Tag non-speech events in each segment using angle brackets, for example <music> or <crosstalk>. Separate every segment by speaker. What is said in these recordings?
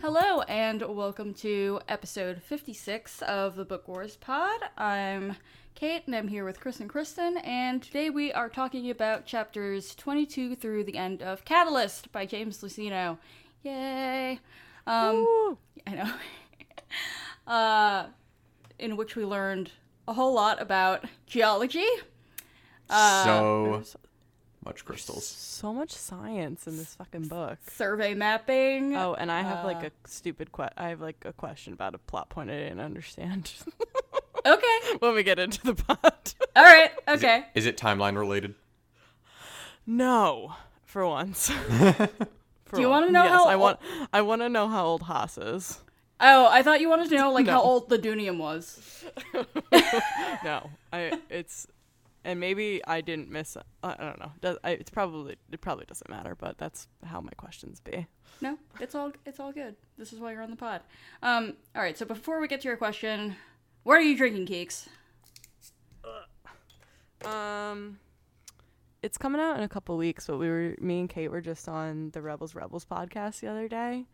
Speaker 1: Hello, and welcome to episode 56 of the Book Wars Pod. I'm Kate, and I'm here with Chris and Kristen, and today we are talking about chapters 22 through the end of Catalyst by James Lucino. Yay! Um, I know. <laughs> uh, in which we learned a whole lot about geology.
Speaker 2: so much crystals.
Speaker 3: So much science in this fucking book.
Speaker 1: survey mapping.
Speaker 3: Oh, and I have like
Speaker 1: Uh.
Speaker 3: a stupid que- I have like a question about a plot point I didn't understand <laughs>
Speaker 1: Okay.
Speaker 3: when we get into the plot.
Speaker 1: All
Speaker 3: <laughs>
Speaker 1: right.
Speaker 2: Is it-
Speaker 1: Okay.
Speaker 2: Is it timeline related?
Speaker 3: no, <laughs> for once. For
Speaker 1: Do you
Speaker 3: once.
Speaker 1: wanna know
Speaker 3: yes,
Speaker 1: how
Speaker 3: I
Speaker 1: ol-
Speaker 3: want I want to know how old Haas is.
Speaker 1: Oh, I thought you wanted to know like how
Speaker 3: <laughs> No.
Speaker 1: old the Dunium was.
Speaker 3: No, I it's and maybe I didn't miss I, I don't know. Does, I, it's probably it probably doesn't matter, but that's how my questions be.
Speaker 1: No, it's all it's all good. This is why you're on the pod. Um, all right. So before we get to your question, what are you drinking, Keeks?
Speaker 3: Um, it's coming out in a couple weeks, but we were me and Kate were just on the Rebels Rebels podcast the other day,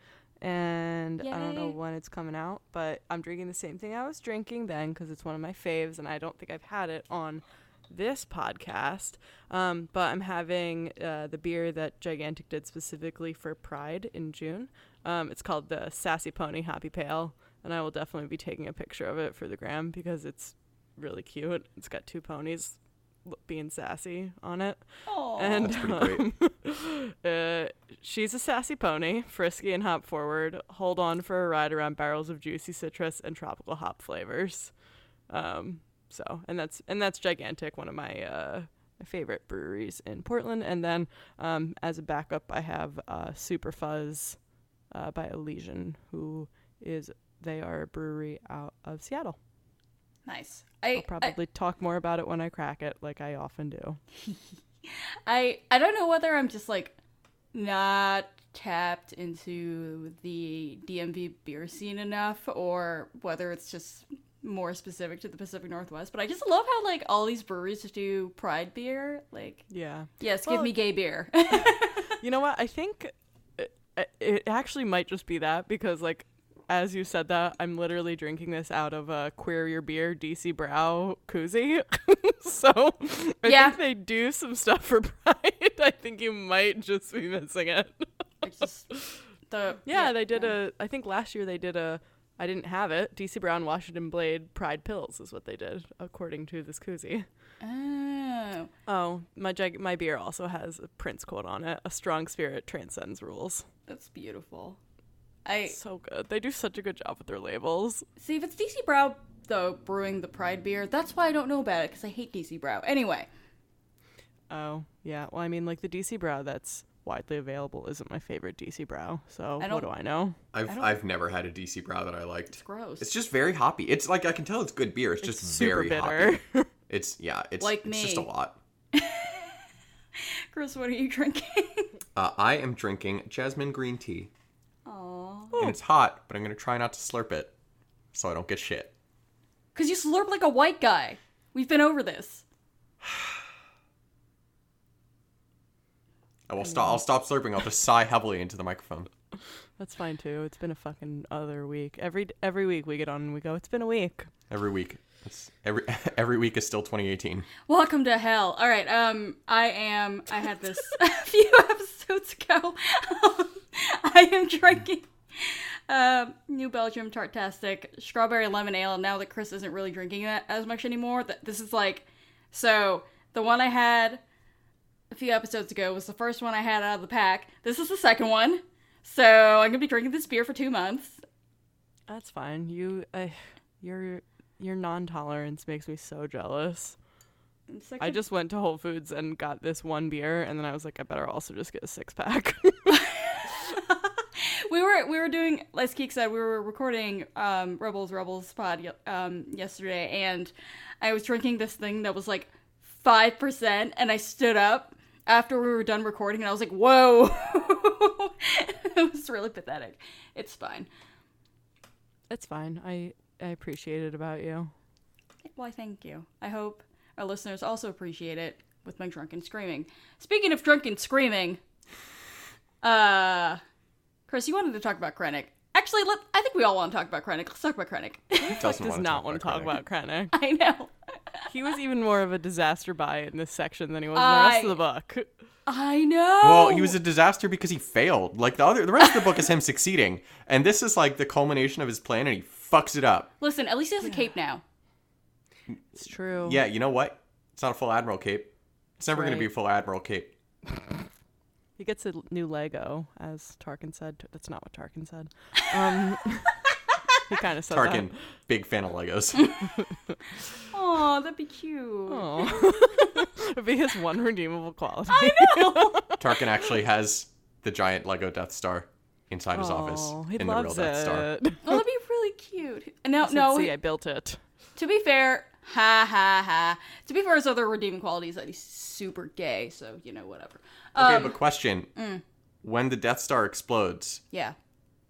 Speaker 3: and I don't know
Speaker 1: Yay.
Speaker 3: when it's coming out, but I'm drinking the same thing I was drinking then because it's one of my faves, and I don't think I've had it on this podcast. Um, but I'm having uh, the beer that Gigantic did specifically for Pride in June. Um, it's called the Sassy Pony Happy Pale, and I will definitely be taking a picture of it for the gram because it's really cute. It's got two ponies l- being sassy on it.
Speaker 1: Oh,
Speaker 3: and
Speaker 2: That's pretty
Speaker 3: um, uh, she's a sassy pony, frisky and hop forward. Hold on for a ride around barrels of juicy citrus and tropical hop flavors. Um, so, and that's and that's gigantic. One of my uh, my favorite breweries in Portland. And then um, as a backup, I have uh, Super Fuzz uh, by Elysian, who is they are a brewery out of Seattle.
Speaker 1: nice.
Speaker 3: I'll
Speaker 1: I, I
Speaker 3: probably talk more about it when I crack it, like I often do.
Speaker 1: I I don't know whether I'm just like not tapped into the DMV beer scene enough, or whether it's just more specific to the Pacific Northwest. But I just love how like all these breweries do Pride beer. Like,
Speaker 3: Yeah.
Speaker 1: yes, give
Speaker 3: Well-
Speaker 1: me gay beer. <laughs>
Speaker 3: You know what? I think uh, it, it actually might just be that because, like, as you said that, I'm literally drinking this out of a Queer Your Beer DC Brow koozie. <laughs> so I
Speaker 1: Yeah.
Speaker 3: think they do some stuff for <laughs> Pride. I think you might just be missing it.
Speaker 1: It's just
Speaker 3: <laughs>
Speaker 1: the
Speaker 3: Yeah, they did a, I think last year they did a, I didn't have it, DC Brown Washington Blade Pride Pills is what they did, according to this koozie.
Speaker 1: Oh,
Speaker 3: Oh, my jag- my beer also has a Prince quote on it. A strong spirit transcends rules.
Speaker 1: that's beautiful. I
Speaker 3: So good. They do such a good job with their labels.
Speaker 1: see if it's DC Brow though brewing the Pride beer. That's why I don't know about it because I hate DC Brow. Anyway,
Speaker 3: Oh, yeah. Well, I mean, like the DC Brow that's widely available isn't my favorite DC Brow. So
Speaker 1: I
Speaker 3: what
Speaker 1: don't-
Speaker 3: do I know?
Speaker 2: I've I've never had a DC brow that I
Speaker 1: it's
Speaker 2: liked.
Speaker 1: gross.
Speaker 2: It's just very hoppy. It's like I can tell it's good beer. It's just
Speaker 3: Super
Speaker 2: very
Speaker 3: bitter.
Speaker 2: hoppy. It's yeah. It's
Speaker 1: Like
Speaker 2: it's just a
Speaker 1: me.
Speaker 2: lot.
Speaker 1: Chris, what are you <laughs> drinking?
Speaker 2: Uh, I am drinking jasmine green tea,
Speaker 1: Aww,
Speaker 2: and it's hot, but I'm gonna try not to slurp it, so I don't get shit.
Speaker 1: because you slurp like a white guy. We've been over this.
Speaker 2: I will stop. I'll stop slurping. I'll just sigh heavily into the microphone.
Speaker 3: <laughs> that's fine too. It's been a fucking other week. Every every week we get on and we go. It's been a week.
Speaker 2: Every week. It's every <laughs> every week is still 2018.
Speaker 1: Welcome to hell. All right, um, I am. I had this <laughs> a few episodes ago. <laughs> Um, I am drinking um, New Belgium Tartastic Strawberry Lemon Ale. Now that Chris isn't really drinking that as much anymore, that this is like so. The one I had a few episodes ago was the first one I had out of the pack. This is the second one, so I'm gonna be drinking this beer for two months.
Speaker 3: That's fine. You, uh, your your non tolerance makes me so jealous.
Speaker 1: I'm sick
Speaker 3: I
Speaker 1: of-
Speaker 3: just went to Whole Foods and got this one beer, and then I was like, I better also just get a six <laughs> pack.
Speaker 1: we were we were doing as Keek said we were recording um, Rebels Rebels pod y- um, yesterday and I was drinking this thing that was like five percent and I stood up after we were done recording, and I was like, whoa. <laughs> it was really pathetic. It's fine.
Speaker 3: It's fine. I I appreciate it about you.
Speaker 1: Why, thank you. I hope our listeners also appreciate it with my drunken screaming. Speaking of drunken screaming, uh, Chris, you wanted to talk about Krennic. Actually, let I think we all want to talk about Krennic. Let's talk about Krennic.
Speaker 2: Doesn't
Speaker 3: Does
Speaker 2: wanna
Speaker 3: not want to talk
Speaker 2: Krennic.
Speaker 3: about Krennic.
Speaker 1: <laughs> I know.
Speaker 3: He was even more of a disaster buy in this section than he was in the rest of the book.
Speaker 1: I know.
Speaker 2: Well, he was a disaster because he failed. Like the other, the rest of the
Speaker 3: <laughs>
Speaker 2: book is him succeeding, and this is like the culmination of his plan, and he fucks it up.
Speaker 1: Listen, at least he has a cape now.
Speaker 3: It's true.
Speaker 2: Yeah, you know what? It's not a full admiral cape. It's never going to be a
Speaker 3: right.
Speaker 2: full admiral cape.
Speaker 3: He gets a new Lego, as Tarkin said. That's not what Tarkin <laughs> said. Um, he kind of said
Speaker 2: Tarkin, big fan
Speaker 3: <laughs>
Speaker 2: of Legos.
Speaker 1: Aw, that'd be cute.
Speaker 3: that. Aw. It'd be his one redeemable quality.
Speaker 2: Tarkin actually has the giant Lego Death Star inside his
Speaker 3: Aw,
Speaker 2: office
Speaker 3: Oh, he
Speaker 2: in the real
Speaker 3: loves
Speaker 2: Death Star.
Speaker 3: it.
Speaker 1: Well, that'd be really cute. No,
Speaker 3: <laughs> Said,
Speaker 1: no.
Speaker 3: See, I built it.
Speaker 1: To be fair, ha ha ha. To be fair, his other redeeming quality is that he's super gay. So you know, whatever.
Speaker 2: Okay,
Speaker 1: Um,
Speaker 2: but question:
Speaker 3: mm.
Speaker 2: When the Death Star explodes,
Speaker 1: yeah.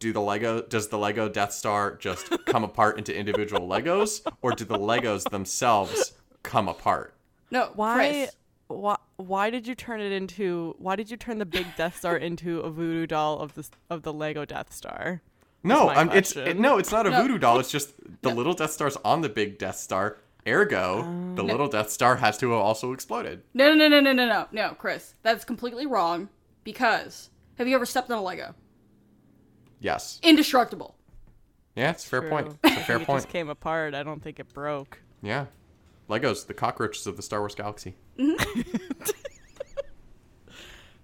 Speaker 2: do the Lego does the Lego Death Star just come apart into individual Legos, or do the Legos themselves come apart?
Speaker 1: No,
Speaker 3: Why?
Speaker 1: Chris.
Speaker 3: Why, why did you turn it into? Why did you turn the big Death <laughs> Star into a voodoo doll of the of the Lego Death Star?
Speaker 2: No,
Speaker 3: my
Speaker 2: I'm, it's
Speaker 3: question.
Speaker 2: it, no, it's not a
Speaker 1: No.
Speaker 2: voodoo doll. It's just the little Death Star's on the big Death Star. Ergo,
Speaker 3: Ah.
Speaker 2: the little Death Star has to have also exploded.
Speaker 1: No, no, no, no, no, no, no, Chris. That's completely wrong. Because have you ever stepped on a Lego?
Speaker 2: Yes.
Speaker 1: Indestructible.
Speaker 2: Yeah, it's a fair point.
Speaker 3: True.
Speaker 2: It's a
Speaker 3: I <laughs>
Speaker 2: fair
Speaker 3: think it
Speaker 2: point.
Speaker 3: just came apart. I don't think it broke.
Speaker 2: Yeah. Legos, the cockroaches of the Star Wars galaxy.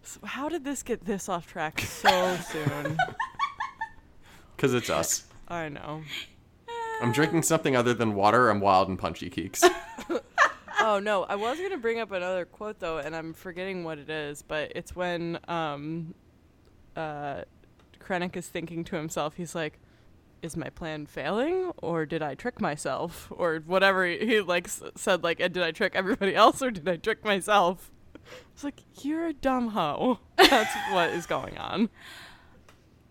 Speaker 3: So how did this get this off
Speaker 2: <laughs>
Speaker 3: track so soon?
Speaker 2: Because it's us.
Speaker 3: I know.
Speaker 2: I'm drinking something other than water. I'm wild and punchy keeks.
Speaker 3: Oh no, I was gonna bring up another quote though, and I'm forgetting what it is, but it's when um, uh, Krennic is thinking to himself, he's like, "Is my plan failing, or did I trick myself, or whatever?" He he, like s- said, like, "And did I trick everybody else, or did I trick myself?" It's like you're a dumb hoe. That's what is going on.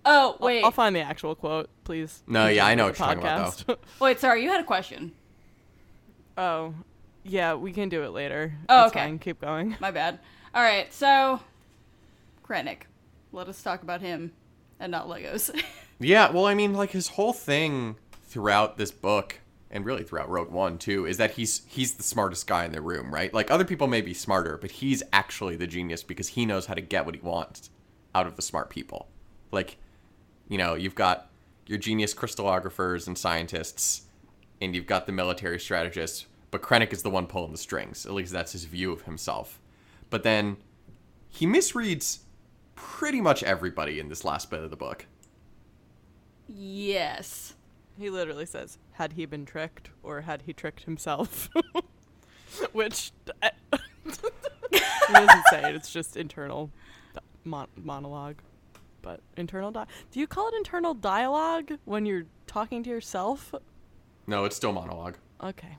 Speaker 1: Oh wait,
Speaker 3: I'll find the actual quote, please.
Speaker 2: No, yeah, I know what
Speaker 3: Continue
Speaker 2: you're talking
Speaker 3: the
Speaker 2: about,
Speaker 3: podcast. <laughs>
Speaker 1: wait. Sorry, you had a question.
Speaker 3: oh, yeah, we can do it later.
Speaker 1: Oh,
Speaker 3: It's
Speaker 1: okay.
Speaker 3: fine, Keep going. <laughs>
Speaker 1: My bad. All right, so Krennic. Let us talk about him and not Legos. <laughs>
Speaker 2: Yeah, well, I mean, like his whole thing throughout this book, and really throughout Rogue One too, is that he's he's the smartest guy in the room, right? Like other people may be smarter, but he's actually the genius because he knows how to get what he wants out of the smart people. Like, you know, you've got your genius crystallographers and scientists, and you've got the military strategists, but Krennic is the one pulling the strings. At least that's his view of himself. But then he misreads pretty much everybody in this last bit of the book.
Speaker 1: yes.
Speaker 3: He literally says, "Had he been tricked, or had he tricked himself?" <laughs> Which I- <laughs> he doesn't say it. It's just internal di- mon- monologue, but internal. Di- Do you call it internal dialogue when you're talking to yourself?
Speaker 2: No, it's still monologue
Speaker 3: Okay.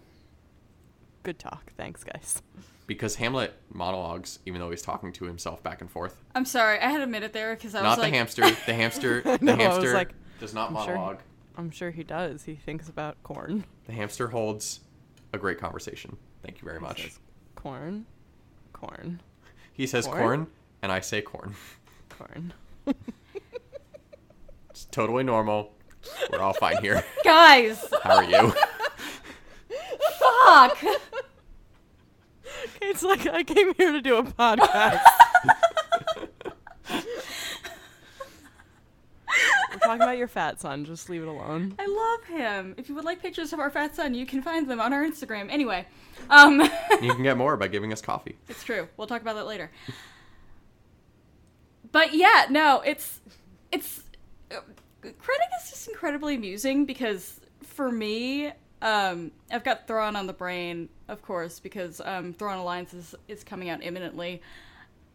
Speaker 3: Good talk. Thanks, guys.
Speaker 2: because Hamlet monologues, even though he's talking to himself back and forth.
Speaker 1: I'm sorry. I had a minute there because I was
Speaker 2: Not
Speaker 1: like,
Speaker 2: the hamster.
Speaker 3: <laughs>
Speaker 2: The hamster. The
Speaker 3: know, I was
Speaker 2: hamster
Speaker 3: like,
Speaker 2: does not
Speaker 3: sure.
Speaker 2: monologue.
Speaker 3: I'm sure he does. He thinks about corn.
Speaker 2: The hamster holds a great conversation. Thank you very
Speaker 3: He
Speaker 2: much.
Speaker 3: says, corn, corn,
Speaker 2: he says
Speaker 3: "Corn?"
Speaker 2: corn, and I say corn. <laughs>
Speaker 3: corn.
Speaker 2: It's totally normal. We're all fine here. <laughs>
Speaker 1: guys,
Speaker 2: How are you?
Speaker 1: fuck. <laughs>
Speaker 3: It's like I came here to do a <laughs> podcast. We're talking about your fat son. Just leave it alone.
Speaker 1: I love him. If you would like pictures of our fat son, you can find them on our Instagram. Anyway, um, <laughs>
Speaker 2: you can get more by giving us coffee.
Speaker 1: it's true. We'll talk about that later. But yeah, no, it's it's uh, Krennic is just incredibly amusing because for me, um, I've got Thrawn on the brain, of course, because um, Thrawn Alliance is, is coming out imminently.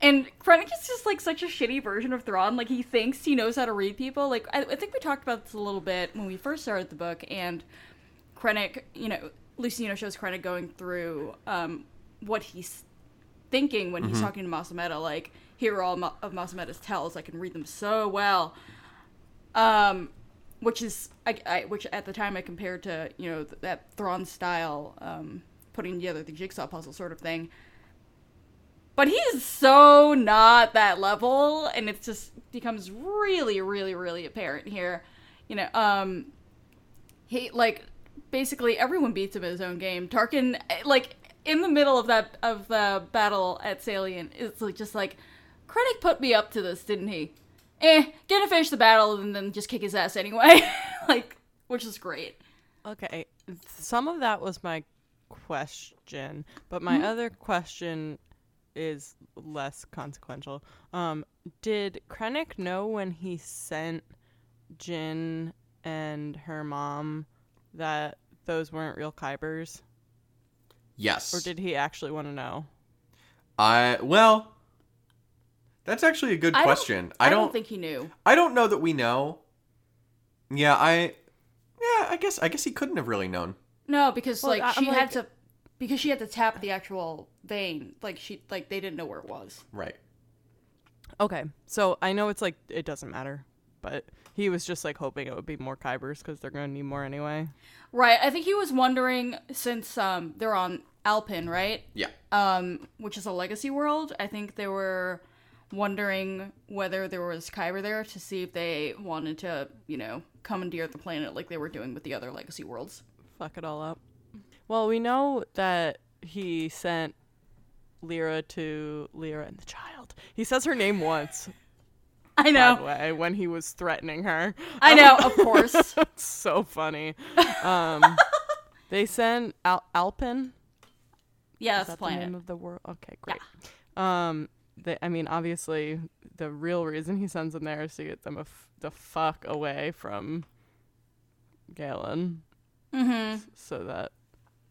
Speaker 1: And Krennic is just like such a shitty version of Thrawn. Like he thinks he knows how to read people. Like I, I think we talked about this a little bit when we first started the book. And Krennic, you know, Lucino shows Krennic going through um, what he's thinking when he's talking to Masameta. Like, here are all Ma- of Masameta's tells. I can read them so well. Um, which is, I, I, which at the time I compared to, you know, th- that Thrawn style, um, putting together the jigsaw puzzle sort of thing. But he's so not that level, and it just becomes really, really, really apparent here. You know, um, he like basically everyone beats him at his own game. Tarkin eh, like in the middle of that of the battle at Salient it's like just like Krennic put me up to this, didn't he? Eh, gonna finish the battle and then just kick his ass anyway. <laughs> like which is great.
Speaker 3: Okay. Some of that was my question, but my other question is less consequential. Um, did Krennic know when he sent Jin and her mom that those weren't real Kybers?
Speaker 2: Yes.
Speaker 3: Or did he actually want to know?
Speaker 2: I well That's actually a good
Speaker 1: I don't-
Speaker 2: question. I don't,
Speaker 1: think he knew.
Speaker 2: I don't know that we know. Yeah, I Yeah, I guess I guess he couldn't have really known.
Speaker 1: No, because
Speaker 3: Well, I-
Speaker 1: like
Speaker 3: I'm
Speaker 1: she had to
Speaker 3: like-
Speaker 1: because she had to tap the actual vein. Like she like they didn't know where it was.
Speaker 2: Right.
Speaker 3: Okay. So I know it's like, it doesn't matter, but he was just like hoping it would be more Kybers because they're going to need more anyway.
Speaker 1: Right. I think he was wondering since um they're on Alpin, right?
Speaker 2: Yeah.
Speaker 1: um, which is a legacy world. I think they were wondering whether there was Kyber there to see if they wanted to, you know, commandeer the planet like they were doing with the other legacy worlds.
Speaker 3: fuck it all up. Well, we know that he sent Lyra to Lyra and the child. He says her name once,
Speaker 1: I
Speaker 3: by
Speaker 1: know.
Speaker 3: the way, when he was threatening her.
Speaker 1: I know,
Speaker 3: <laughs>
Speaker 1: of course.
Speaker 3: It's
Speaker 1: <laughs>
Speaker 3: so funny. Um, they sent Al- Alpin.
Speaker 1: Yeah,
Speaker 3: Is
Speaker 1: that's the
Speaker 3: that the name
Speaker 1: planet.
Speaker 3: of the world? Okay, great. Um, they, I mean, obviously, the real reason he sends them there is to get them a f- the fuck away from Galen.
Speaker 1: hmm
Speaker 3: so that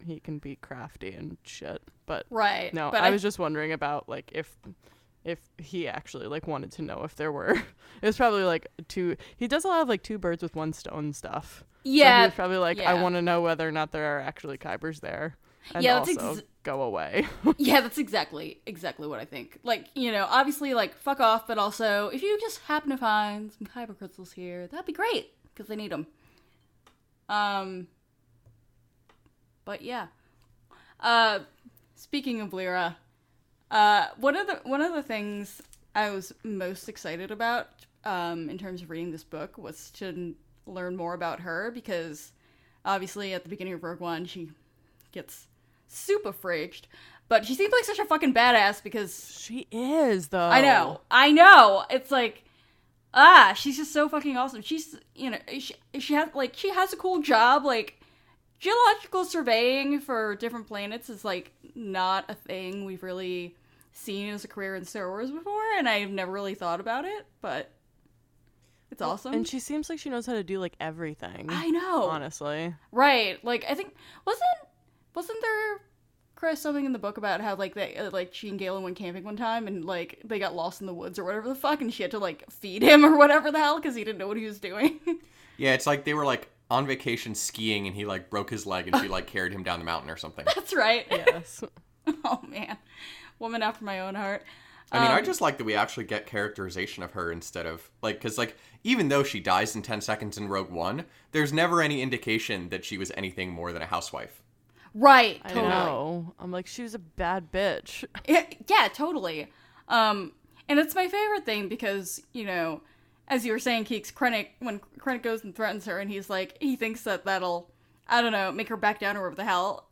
Speaker 3: he can be crafty and shit. But
Speaker 1: Right.
Speaker 3: no,
Speaker 1: but
Speaker 3: I, was just wondering about like if if he actually like wanted to know if there were. <laughs> it was probably like two. He does a lot of like two birds with one stone stuff. so he
Speaker 1: yeah,
Speaker 3: was probably like, I
Speaker 1: yeah.
Speaker 3: want to know whether or not there are actually Kybers there, and
Speaker 1: Yeah, that's
Speaker 3: also
Speaker 1: ex-
Speaker 3: go away. <laughs>
Speaker 1: <laughs> yeah. That's exactly exactly what I think. Like you know, obviously, like fuck off. But also, if you just happen to find some Kyber crystals here, that'd be great because they need them. Um. But yeah. Uh, speaking of Lyra, uh, one of the one of the things I was most excited about um, in terms of reading this book was to n- learn more about her because obviously at the beginning of Rogue One she gets super fraged, but she seems like such a fucking badass because
Speaker 3: she is though.
Speaker 1: I know. I know. It's like ah, she's just so fucking awesome. She's you know, she she has like she has a cool job like geological surveying for different planets is like not a thing we've really seen as a career in Star Wars before and I've never really thought about it, but it's awesome.
Speaker 3: And she seems like she knows how to do like everything.
Speaker 1: I know.
Speaker 3: Honestly,
Speaker 1: Right. Like I think wasn't wasn't there Chris something in the book about how like they uh, like she and Galen went camping one time and like they got lost in the woods or whatever the fuck and she had to like feed him <laughs> or whatever the hell because he didn't know what he was doing.
Speaker 2: Yeah, it's like they were like on vacation skiing and he like broke his leg and she like carried him down the mountain or something.
Speaker 1: That's right.
Speaker 3: yes.
Speaker 1: <laughs> oh man, woman after my own heart.
Speaker 2: I mean, I just like that we actually get characterization of her instead of like cuz like even though she dies in 10 seconds in Rogue One, there's never any indication that she was anything more than a housewife.
Speaker 1: Right.
Speaker 3: I
Speaker 1: totally.
Speaker 3: know. I'm like, she was a bad bitch.
Speaker 1: Yeah, yeah, totally. Um, and it's my favorite thing because you know, as you were saying, Keeks Krennic when Krennic goes and threatens her, and he's like, he thinks that that'll, I don't know, make her back down or whatever the hell.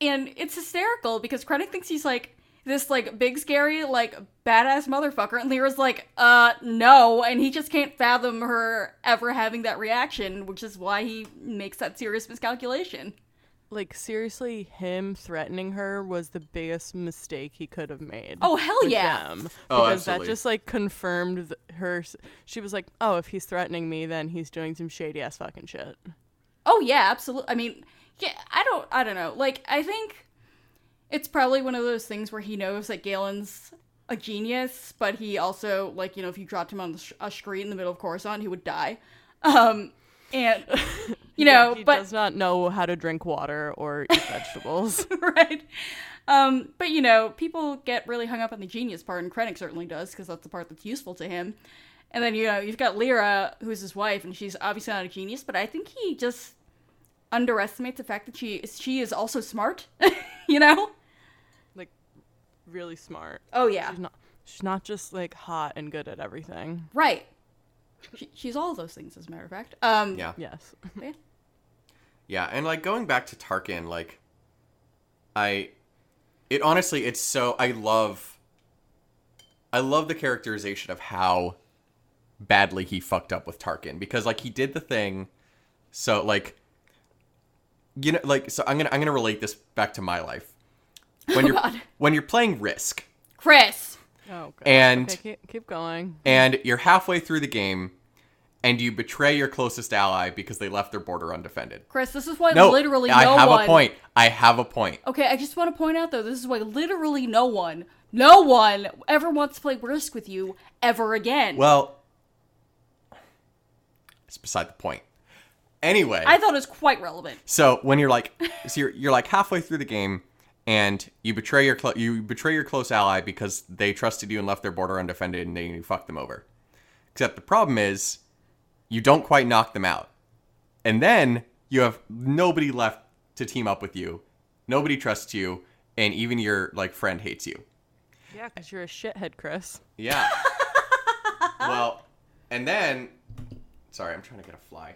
Speaker 1: And it's hysterical because Krennic thinks he's like this like big scary like badass motherfucker, and Lyra's like, uh, no, and he just can't fathom her ever having that reaction, which is why he makes that serious miscalculation.
Speaker 3: like seriously him threatening her was the biggest mistake he could have made
Speaker 1: Oh, hell
Speaker 3: with
Speaker 1: yeah.
Speaker 3: them.
Speaker 2: Oh,
Speaker 3: because
Speaker 2: absolutely.
Speaker 3: that just like confirmed th- her s- she was like oh if he's threatening me then he's doing some shady ass fucking shit
Speaker 1: Oh yeah, absolutely. I mean, yeah, I don't I don't know. Like I think it's probably one of those things where he knows that Galen's a genius, but he also like, you know, if you dropped him on the sh- a screen in the middle of Coruscant, he would die. Um and you know,
Speaker 3: he
Speaker 1: but
Speaker 3: does not know how to drink water or
Speaker 1: <laughs>
Speaker 3: eat vegetables. <laughs>
Speaker 1: right. Um, but you know, people get really hung up on the genius part, and Krennic certainly does because that's the part that's useful to him. And then you know, you've got Lyra, who's his wife, and she's obviously not a genius, but I think he just underestimates the fact that she she is also smart. <laughs> you know?
Speaker 3: like, really smart.
Speaker 1: Oh yeah,
Speaker 3: She's not. She's not just like hot and good at everything.
Speaker 1: right. She, she's all of those things, as a matter of fact. Um,
Speaker 2: Yeah.
Speaker 3: Yes. <laughs>
Speaker 1: but yeah.
Speaker 2: Yeah, and like going back to Tarkin, like I it honestly it's so I love I love the characterization of how badly he fucked up with Tarkin because like he did the thing so like you know like so I'm going to I'm going to relate this back to my life.
Speaker 3: <laughs>
Speaker 2: When you're
Speaker 1: God.
Speaker 2: when you're playing Risk
Speaker 1: Chris.
Speaker 3: Oh god.
Speaker 2: And-
Speaker 3: Okay, keep, keep going.
Speaker 2: and you're halfway through the game and you betray your closest ally because they left their border undefended.
Speaker 1: Chris, this is why
Speaker 2: No,
Speaker 1: literally
Speaker 2: I
Speaker 1: no
Speaker 2: have
Speaker 1: one.
Speaker 2: a point. I have a point.
Speaker 1: Okay, I just want to point out though, this is why literally no one, no one ever wants to play Risk with you ever again.
Speaker 2: Well, it's beside the point. Anyway,
Speaker 1: I thought it was quite relevant.
Speaker 2: so when you're like, so you're, you're like halfway through the game, and you betray your clo- you betray your close ally because they trusted you and left their border undefended, and then you fuck them over. Except the problem is, you don't quite knock them out, and then you have nobody left to team up with you. Nobody trusts you, and even your like friend hates you.
Speaker 3: Yeah, because you're a shithead, Chris.
Speaker 2: Yeah. well, and then, sorry, I'm trying to get a fly.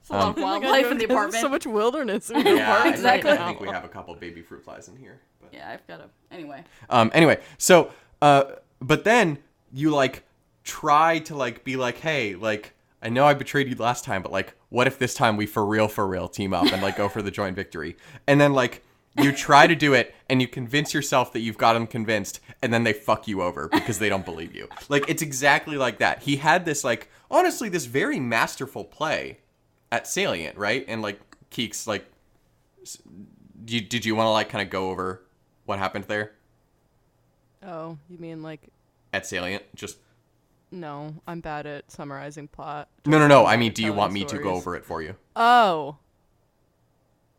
Speaker 1: It's
Speaker 2: um,
Speaker 1: a lot
Speaker 3: Oh
Speaker 1: of wildlife in the apartment.
Speaker 3: So much wilderness in the
Speaker 2: Yeah,
Speaker 3: apartment.
Speaker 1: Exactly.
Speaker 2: I, think, I think we have a couple baby fruit flies in here. But.
Speaker 1: yeah, I've got to. Anyway,
Speaker 2: Um. Anyway, so uh, but then you like try to like be like, hey, like I know I betrayed you last time, but like, what if this time we for real, for real team up and like go for the joint victory? And then like you try to do it and you convince yourself that you've got them convinced and then they fuck you over because they don't believe you like it's exactly like that he had this like honestly this very masterful play at salient right and like keeks like s- do you, did you want to like kind of go over what happened there
Speaker 3: Oh, you mean like
Speaker 2: at salient just
Speaker 3: no? I'm bad at summarizing plot.
Speaker 2: no no no i mean do you want me to go
Speaker 3: stories.
Speaker 2: over it for you
Speaker 3: Oh.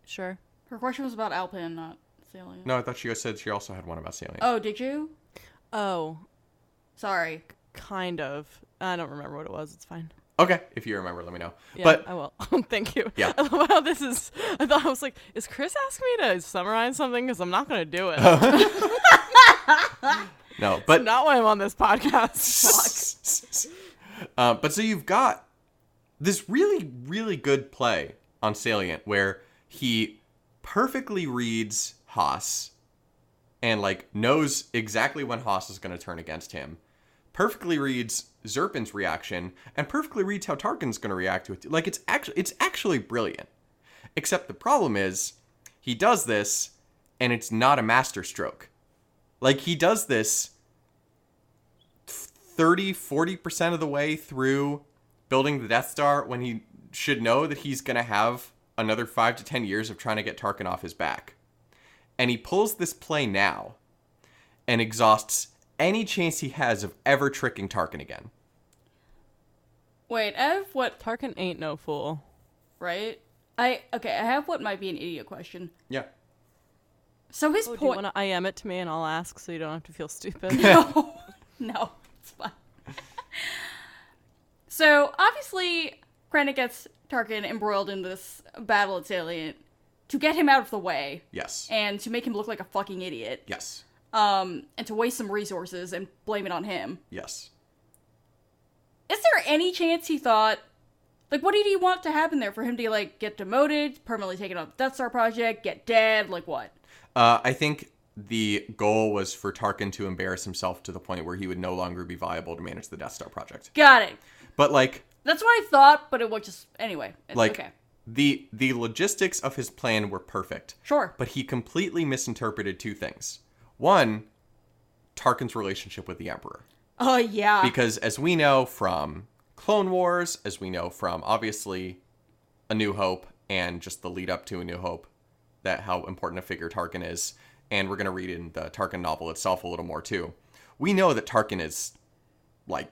Speaker 3: Sure.
Speaker 1: her question was about Alpin, not Celia.
Speaker 2: no i thought she said she also had one about salient
Speaker 1: Oh, did you?
Speaker 3: Oh,
Speaker 1: Sorry.
Speaker 3: kind of. I don't remember what it was. It's fine.
Speaker 2: okay if you remember let me know
Speaker 3: Yeah,
Speaker 2: but
Speaker 3: I will. <laughs> Thank you.
Speaker 2: Yeah.
Speaker 3: Wow, this is. I thought I was like, is Chris asking me to summarize something? Because I'm not going to do
Speaker 2: <laughs>
Speaker 3: it. That's
Speaker 2: no but
Speaker 3: not why I'm on this podcast.
Speaker 2: <laughs> Uh, but so you've got this really, really good play on Salient where he perfectly reads Haas and like knows exactly when Haas is going to turn against him. Perfectly reads Zerpin's reaction and perfectly reads how Tarkin's going to react to it. Like it's actually it's actually brilliant. Except the problem is he does this and it's not a masterstroke. Like he does this 30 40% of the way through building the death star when he should know that he's going to have another 5 to 10 years of trying to get tarkin off his back and he pulls this play now and exhausts any chance he has of ever tricking tarkin again
Speaker 1: Wait, I have what?
Speaker 3: Tarkin ain't no fool.
Speaker 1: Right? I okay. I have what might be an idiot question.
Speaker 2: yeah
Speaker 1: So his
Speaker 3: Oh, do you
Speaker 1: point.
Speaker 3: want to IM it to me and I'll ask so you don't have to feel
Speaker 2: <laughs>
Speaker 3: stupid?
Speaker 1: no, <laughs> no, it's fine. so obviously, Krennic gets Tarkin embroiled in this battle at Salient to get him out of the way
Speaker 2: yes
Speaker 1: and to make him look like a fucking idiot,
Speaker 2: yes
Speaker 1: um, and to waste some resources and blame it on him.
Speaker 2: yes
Speaker 1: Is there any chance he thought, like, what did he want to happen there for him to like get demoted, permanently taken off the Death Star project, get dead, like what?
Speaker 2: uh, i think the goal was for tarkin to embarrass himself to the point where he would no longer be viable to manage the death star project
Speaker 1: Got it.
Speaker 2: but like
Speaker 1: That's what I thought, but it was just anyway. It's
Speaker 2: like
Speaker 1: okay,
Speaker 2: the the logistics of his plan were perfect
Speaker 1: sure.
Speaker 2: but he completely misinterpreted two things. One, Tarkin's relationship with the Emperor.
Speaker 1: Oh yeah.
Speaker 2: Because as we know from Clone Wars, as we know from obviously A New Hope and just the lead up to A New Hope, that how important a figure Tarkin is, and we're going to read in the Tarkin novel itself a little more too. We know that Tarkin is like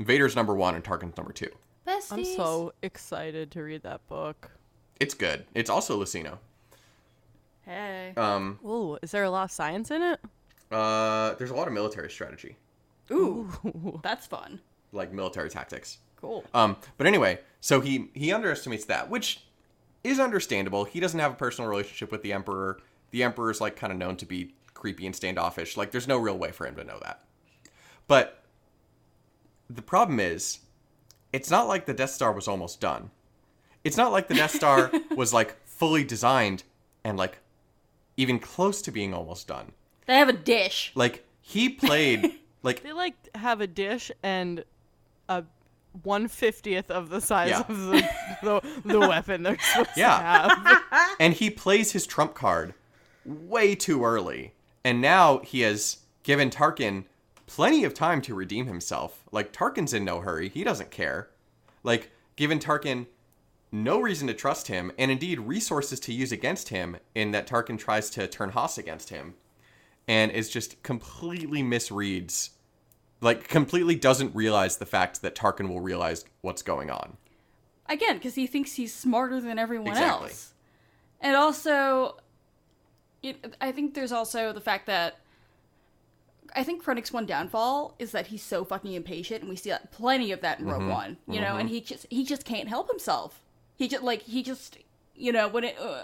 Speaker 2: Vader's number 1 and Tarkin's number 2.
Speaker 1: Besties.
Speaker 3: I'm so excited to read that book.
Speaker 2: It's good. It's also Lucino.
Speaker 1: Hey.
Speaker 2: Um,
Speaker 3: Ooh, is there a lot of science in it?
Speaker 2: uh, there's a lot of military strategy,
Speaker 1: Ooh, <laughs> that's fun.
Speaker 2: like military tactics.
Speaker 1: Cool.
Speaker 2: Um, but anyway, so he he underestimates that, which is understandable. He doesn't have a personal relationship with the emperor. The emperor's like kind of known to be creepy and standoffish. Like there's no real way for him to know that. But the problem is, it's not like the Death Star was almost done. It's not like the Death Star was like fully designed and like even close to being almost done.
Speaker 1: They have a dish.
Speaker 2: Like he played like
Speaker 3: They like have a dish and a one fiftieth of the size
Speaker 2: Yeah.
Speaker 3: of the, the
Speaker 2: <laughs>
Speaker 3: the weapon they're supposed
Speaker 2: Yeah.
Speaker 3: to have.
Speaker 2: and he plays his trump card way too early. And now he has given Tarkin plenty of time to redeem himself. Like Tarkin's in no hurry, he doesn't care. Like given Tarkin no reason to trust him and indeed resources to use against him in that Tarkin tries to turn Haas against him and is just completely misreads like completely doesn't realize the fact that Tarkin will realize what's going on.
Speaker 1: Again, because he thinks he's smarter than everyone
Speaker 2: Exactly.
Speaker 1: else. And also, it, I think there's also the fact that I think Krennic's one downfall is that he's so fucking impatient, and we see that plenty of that in Rogue One. You know, and he just he just can't help himself. He just like he just you know when it uh,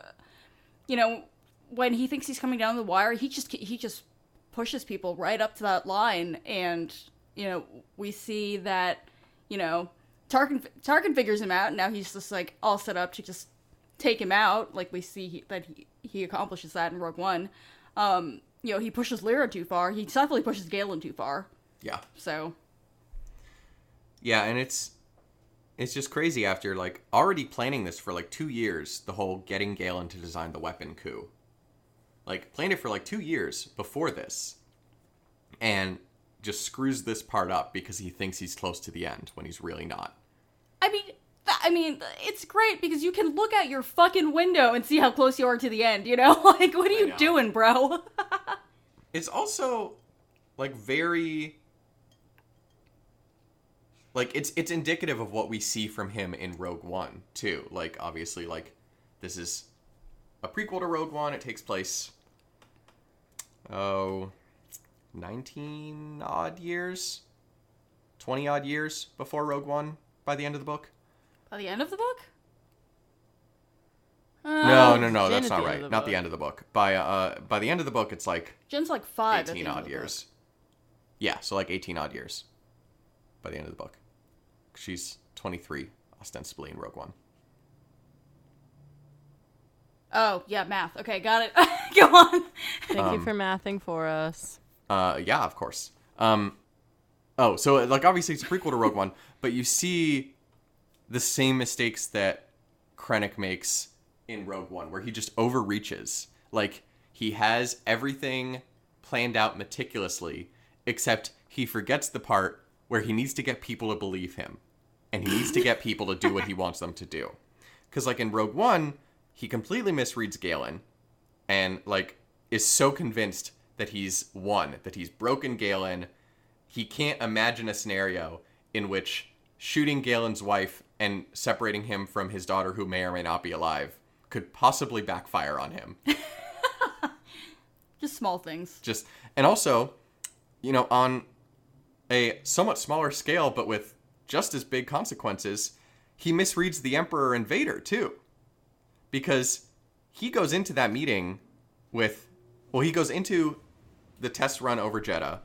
Speaker 1: you know when he thinks he's coming down the wire, he just he just pushes people right up to that line, and you know we see that you know Tarkin Tarkin figures him out, and now he's just like all set up to just take him out. Like we see he, that he he accomplishes that in Rogue One. Um, you know he pushes Lyra too far. He definitely pushes Galen too far.
Speaker 2: Yeah.
Speaker 1: So
Speaker 2: Yeah, and it's it's just crazy after like already planning this for like two years, the whole getting Galen to design the weapon coup. Like planned it for like two years before this. And just screws this part up because he thinks he's close to the end when he's really not.
Speaker 1: I mean. th- I mean, it's great because you can look out your fucking window and see how close you are to the end, you know? <laughs> Like, what are you
Speaker 2: know.
Speaker 1: doing, bro? <laughs>
Speaker 2: It's also like very like it's it's indicative of what we see from him in Rogue One too. Like obviously like this is a prequel to Rogue One. It takes place oh 19 odd years 20 odd years before Rogue One by the end of the book.
Speaker 1: By the end of the book?
Speaker 2: No,
Speaker 1: Uh,
Speaker 2: no, no,
Speaker 3: Jen
Speaker 2: that's
Speaker 3: at the
Speaker 2: not
Speaker 3: end
Speaker 2: right.
Speaker 3: of the
Speaker 2: Not the
Speaker 3: book.
Speaker 2: end of the book. By uh by the end of the book it's like
Speaker 1: Jen's like five. at the
Speaker 2: 18
Speaker 1: end of
Speaker 2: odd
Speaker 1: the
Speaker 2: years. Yeah, so like 18 odd years by the end of the book. She's 23, ostensibly in Rogue One.
Speaker 1: book. Oh, yeah, math. Okay, got it. <laughs> Go on.
Speaker 3: <laughs> Thank
Speaker 2: Um,
Speaker 3: you for mathing for us.
Speaker 2: Uh, yeah, of course. Um, oh, so like obviously it's a prequel to Rogue One, <laughs> but you see the same mistakes that Krennic makes in Rogue One, where he just overreaches. Like he has everything planned out meticulously, except he forgets the part where he needs to get people to believe him, and he needs to get people to do what he wants them to do. Because like in Rogue One, he completely misreads Galen, and like is so convinced that he's won, that he's broken Galen. He can't imagine a scenario in which shooting Galen's wife and separating him from his daughter, who may or may not be alive, could possibly backfire on him.
Speaker 1: Just small things. <laughs>
Speaker 2: Just and also, you know, on a somewhat smaller scale, but with just as big consequences, he misreads the Emperor and Vader too. Because he goes into that meeting with, well, he goes into the test run over Jeddah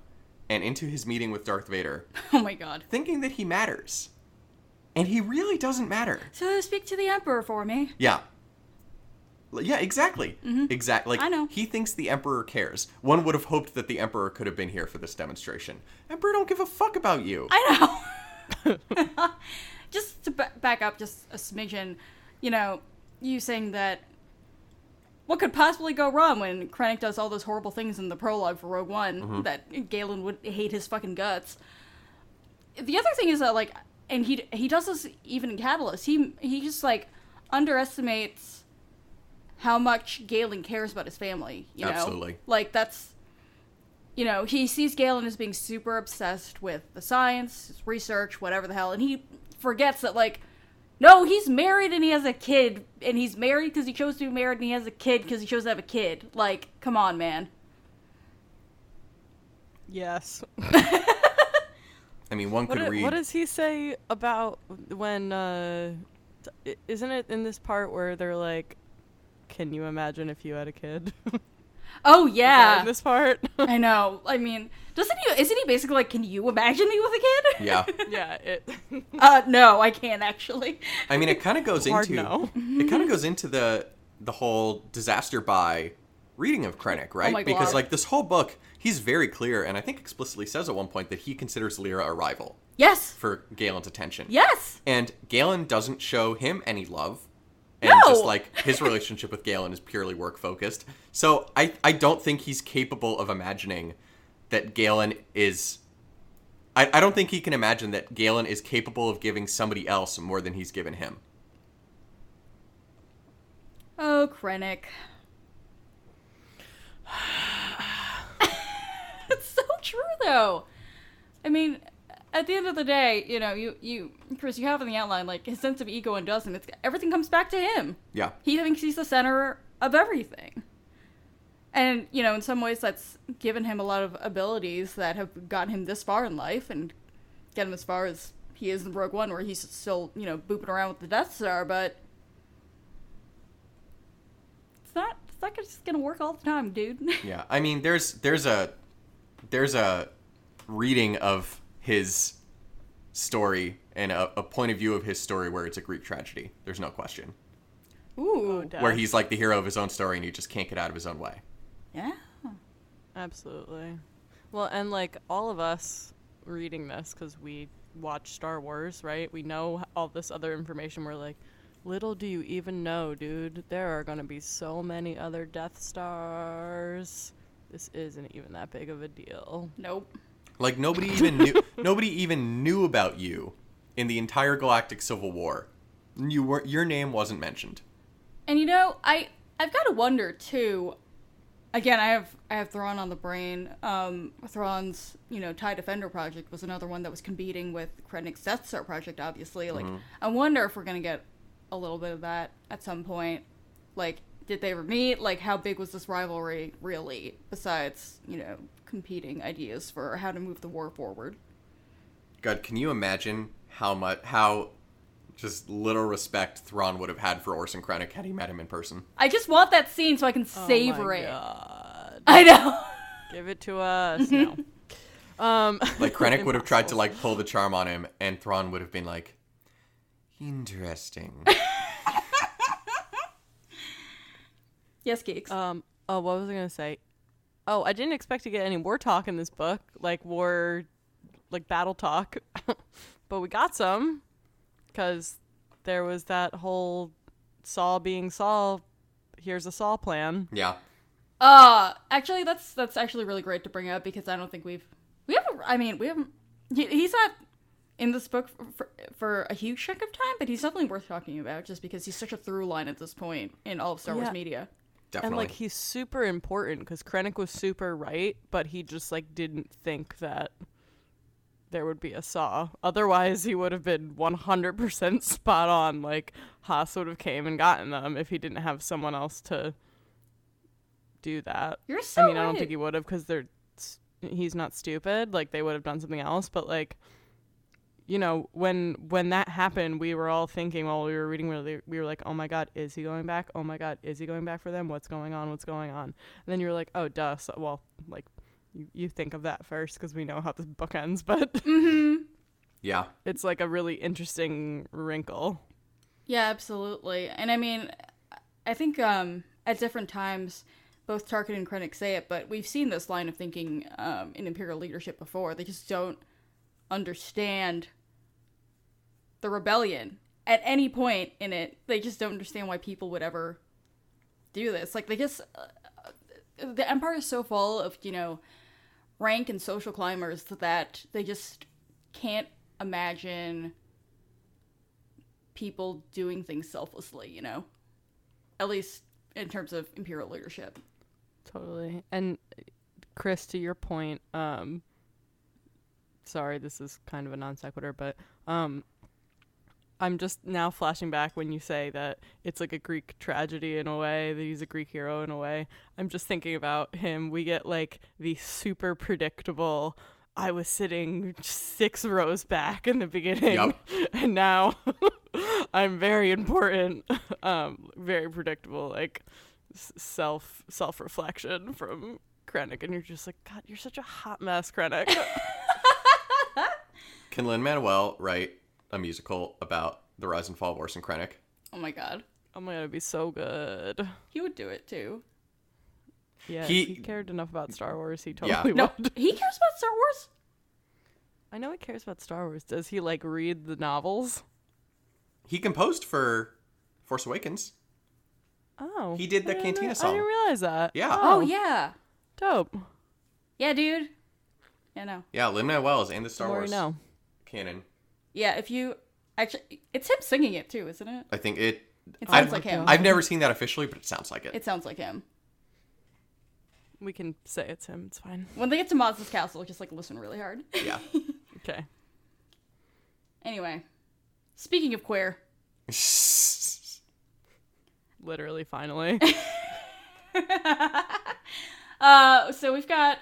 Speaker 2: and into his meeting with Darth Vader
Speaker 1: Oh my god.
Speaker 2: thinking that he matters. And he really doesn't matter.
Speaker 1: So speak to the Emperor for me.
Speaker 2: Yeah. L- Yeah, exactly. Exactly. Like,
Speaker 1: Mm-hmm. I know.
Speaker 2: He thinks the Emperor cares. One would have hoped that the Emperor could have been here for this demonstration. Emperor don't give a fuck about you.
Speaker 1: I know. <laughs> just to b- back up just a smidgen, you know, you saying that what could possibly go wrong when Krennic does all those horrible things in the prologue for Rogue One
Speaker 2: Mm-hmm.
Speaker 1: that Galen would hate his fucking guts. The other thing is that like, and he he does this even in Catalyst. He he just like underestimates how much Galen cares about his family. You know,
Speaker 2: Absolutely.
Speaker 1: like that's you know, he sees Galen as being super obsessed with the science, his research, whatever the hell, and he forgets that like no, he's married and he has a kid, and he's married because he chose to be married, and he has a kid because he chose to have a kid. Like, come on, man.
Speaker 3: Yes.
Speaker 2: I mean, one
Speaker 3: What,
Speaker 2: could
Speaker 3: do-
Speaker 2: read.
Speaker 3: what does he say about when? Uh, t- i- isn't it in this part where they're like, "Can you imagine if you had a kid?" <laughs> Is that
Speaker 1: Oh yeah,
Speaker 3: in this part. <laughs>
Speaker 1: I know. I mean, doesn't he? Isn't he basically like, can you imagine me with a kid?
Speaker 2: yeah.
Speaker 3: yeah. It.
Speaker 1: <laughs>
Speaker 3: <laughs>
Speaker 1: uh, no, I can't actually.
Speaker 2: I mean,
Speaker 1: <laughs>
Speaker 2: it kind of goes
Speaker 3: Hard
Speaker 2: into
Speaker 3: no.
Speaker 2: it
Speaker 1: Mm-hmm.
Speaker 2: kind of goes into the the whole disaster by reading of Krennic, right?
Speaker 1: Oh my
Speaker 2: because
Speaker 1: God.
Speaker 2: like this whole book, he's very clear, and I think explicitly says at one point that he considers Lyra a rival
Speaker 1: Yes,
Speaker 2: for Galen's attention.
Speaker 1: yes.
Speaker 2: And Galen doesn't show him any love. And just
Speaker 1: No!
Speaker 2: like his relationship with Galen is purely work focused. So I, I don't think he's capable of imagining that Galen is. I, I don't think he can imagine that Galen is capable of giving somebody else more than he's given him.
Speaker 1: Oh, Krennic. <sighs> it's so true, though. I mean, at the end of the day, you know, you, you, Chris, you have in the outline like his sense of ego and doesn't. It's everything comes back to him.
Speaker 2: Yeah.
Speaker 1: He thinks he's the center of everything. And, you know, in some ways that's given him a lot of abilities that have gotten him this far in life and get him as far as he is in Rogue One, where he's still, you know, booping around with the Death Star, but it's not it's not just gonna work all the time, dude. <laughs>
Speaker 2: Yeah. I mean there's there's a there's a reading of his story and a, a point of view of his story where it's a Greek tragedy. There's no question.
Speaker 1: Ooh.
Speaker 3: Oh,
Speaker 2: Where
Speaker 3: duh.
Speaker 2: he's like the hero of his own story and he just can't get out of his own way.
Speaker 1: yeah.
Speaker 3: Absolutely. Well, and like all of us reading this because we watch Star Wars, right? We know h- all this other information. We're like, little do you even know, dude. There are going to be so many other Death Stars. This isn't even that big of a deal.
Speaker 1: Nope.
Speaker 2: Like nobody even knew nobody even knew about you in the entire Galactic Civil War. You were your name wasn't mentioned.
Speaker 1: And you know, I I've got to wonder too. Again, I have I have Thrawn on the brain. Um, Thrawn's you know TIE Defender project was another one that was competing with Krennic's Death Star project. Obviously, like I wonder if we're gonna get a little bit of that at some point. Like, did they ever meet? Like, how big was this rivalry really? Besides, you know, competing ideas for how to move the war forward.
Speaker 2: God, can you imagine how much how just little respect Thrawn would have had for Orson Krennic had he met him in person?
Speaker 1: I just want that scene so I can
Speaker 3: Oh my
Speaker 1: savor it.
Speaker 3: God.
Speaker 1: <laughs> I know.
Speaker 3: Give it to us. No. um,
Speaker 2: Like Krennic would have tried to like pull the charm on him, and Thrawn would have been like, "Interesting."
Speaker 1: yes, geeks.
Speaker 3: Um. Oh, what was I gonna say? Oh, I didn't expect to get any war talk in this book, like war, like battle talk, <laughs> but we got some, because there was that whole Saul being Saul. Here's a Saul plan.
Speaker 2: yeah,
Speaker 1: Uh, actually, that's that's actually really great to bring up because I don't think we've we haven't. I mean, we haven't. He, he's not in this book for, for, for a huge chunk of time, but he's definitely worth talking about just because he's such a through line at this point in all of Star Wars
Speaker 3: Yeah.
Speaker 1: media.
Speaker 2: definitely.
Speaker 3: And like he's super important because Krennic was super right, but he just like didn't think that there would be a saw. Otherwise, he would have been one hundred percent spot on. Like Haas would have came and gotten them if he didn't have someone else to do that.
Speaker 1: You're so.
Speaker 3: I mean, I don't
Speaker 1: right.
Speaker 3: think he would have because they're s- he's not stupid. Like they would have done something else, but like you know, when when that happened, we were all thinking while we were reading, we were, we were like, "Oh my god, is he going back? Oh my god, is he going back for them? What's going on? What's going on?" And then you were like, "Oh, duh." So, well, like you, you think of that first because we know how this book ends, <laughs> but
Speaker 2: yeah,
Speaker 3: it's like a really interesting wrinkle.
Speaker 1: Yeah, absolutely. And I mean, I think um, at different times, both Tarkin and Krennic say it, but we've seen this line of thinking um, in Imperial leadership before. They just don't understand the rebellion at any point in it. They just don't understand why people would ever do this. Like, they just. Uh, the Empire is so full of, you know, rank and social climbers that they just can't imagine people doing things selflessly, you know? At least in terms of imperial leadership.
Speaker 3: Totally. And uh, Chris, to your point, um, sorry, this is kind of a non sequitur, but um, I'm just now flashing back when you say that it's like a Greek tragedy in a way, that he's a Greek hero in a way. I'm just thinking about him. We get like the super predictable I was sitting six rows back in the beginning
Speaker 2: Yup.
Speaker 3: <laughs> and now I'm very important. <laughs> Um very predictable like s- self self-reflection from Krennic and you're just like god, you're such a hot mess, Krennic. <laughs>
Speaker 2: Can Lin Manuel write a musical about the rise and fall of Orson Krennic?
Speaker 1: Oh my god.
Speaker 3: oh my god, it'd be so good.
Speaker 1: He would do it too.
Speaker 3: Yeah,
Speaker 2: He-
Speaker 3: if he cared enough about Star Wars. He
Speaker 2: Yeah.
Speaker 3: totally
Speaker 1: No,
Speaker 3: would.
Speaker 1: he cares about Star Wars.
Speaker 3: <laughs> I know he cares about Star Wars. Does he like read the novels?
Speaker 2: He composed for Force Awakens.
Speaker 3: Oh,
Speaker 2: He did
Speaker 3: I
Speaker 2: the
Speaker 3: didn't
Speaker 2: Cantina
Speaker 3: know- I
Speaker 2: song.
Speaker 3: didn't realize that.
Speaker 2: Yeah.
Speaker 1: Oh, yeah,
Speaker 3: dope.
Speaker 1: yeah, dude. Yeah, no.
Speaker 2: Yeah, Lin Manuel is in the Star
Speaker 3: More
Speaker 2: Wars
Speaker 3: you know.
Speaker 2: canon.
Speaker 1: Yeah, if you actually, it's him singing it too, isn't it?
Speaker 2: I think it.
Speaker 1: It
Speaker 2: I've-
Speaker 1: sounds like him.
Speaker 2: I've never seen that officially, but it sounds like it.
Speaker 1: It sounds like him.
Speaker 3: We can say it's him. It's fine.
Speaker 1: When they get to Mazda's castle, just like listen really hard. <laughs>
Speaker 2: yeah. <laughs>
Speaker 3: Okay.
Speaker 1: anyway, speaking of queer,
Speaker 3: Literally, <laughs> finally.
Speaker 1: <laughs> uh, so we've got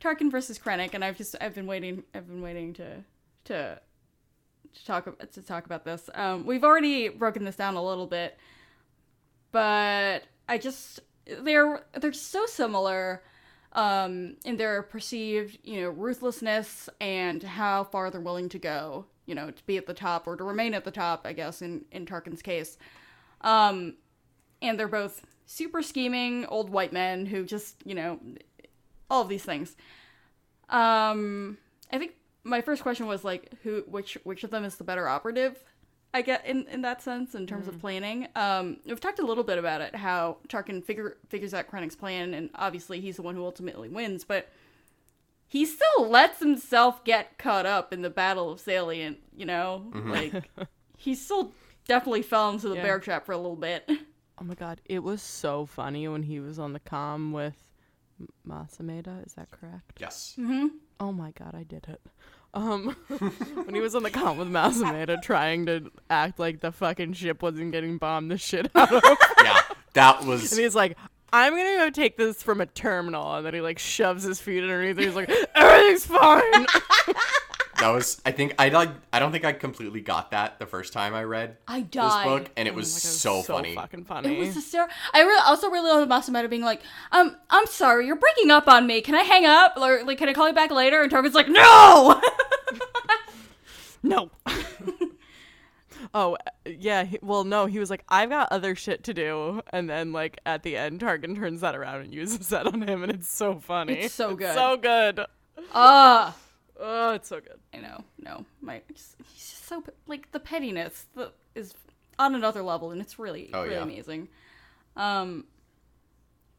Speaker 1: Tarkin versus Krennic, and I've just I've been waiting I've been waiting to to to talk ab- to talk about this. Um, we've already broken this down a little bit, but I just they're they're so similar um, in their perceived you know ruthlessness and how far they're willing to go. You know, to be at the top or to remain at the top, I guess, in, in Tarkin's case. Um, and they're both super scheming old white men who just, you know, all of these things. Um, I think my first question was like, who, which, which of them is the better operative? I get in, in that sense in terms of planning. Um, we've talked a little bit about it, how Tarkin figure figures out Krennic's plan, and obviously he's the one who ultimately wins, but he still lets himself get caught up in the Battle of Salient. You know, like he still definitely fell into the
Speaker 3: Yeah.
Speaker 1: bear trap for a little bit.
Speaker 3: oh my god, it was so funny when he was on the com with M- Masameda. Is that correct?
Speaker 2: yes.
Speaker 3: Oh my god, I did it. Um, <laughs> when he was on the com with Masameda, trying to act like the fucking ship wasn't getting bombed the shit out of.
Speaker 2: Yeah. That was.
Speaker 3: And he's like, I'm gonna go take this from a terminal. And then he like shoves his feet underneath it. He's like, everything's
Speaker 2: <laughs>
Speaker 3: fine.
Speaker 2: That was. I think I like. I don't think I completely got that the first time I read
Speaker 1: I
Speaker 2: this
Speaker 1: died.
Speaker 2: book, and it
Speaker 3: Oh my
Speaker 2: was
Speaker 3: God,
Speaker 2: so, funny.
Speaker 3: fucking funny.
Speaker 1: It was hysterical. I re- also really love Masameda being like, um, I'm sorry, you're breaking up on me. Can I hang up? Or like, can I call you back later? And Tarkin's like, no. <laughs>
Speaker 3: no. <laughs> oh yeah. He, well, no. He was like, I've got other shit to do. And then like at the end, Tarkin turns that around and uses that on him, and it's so funny.
Speaker 1: It's so good.
Speaker 3: so good.
Speaker 1: Ah,
Speaker 3: Oh, it's so good.
Speaker 1: I know. No, my he's just so pe- like the pettiness the, is on another level, and it's really
Speaker 2: Oh,
Speaker 1: really
Speaker 2: yeah.
Speaker 1: amazing. Um,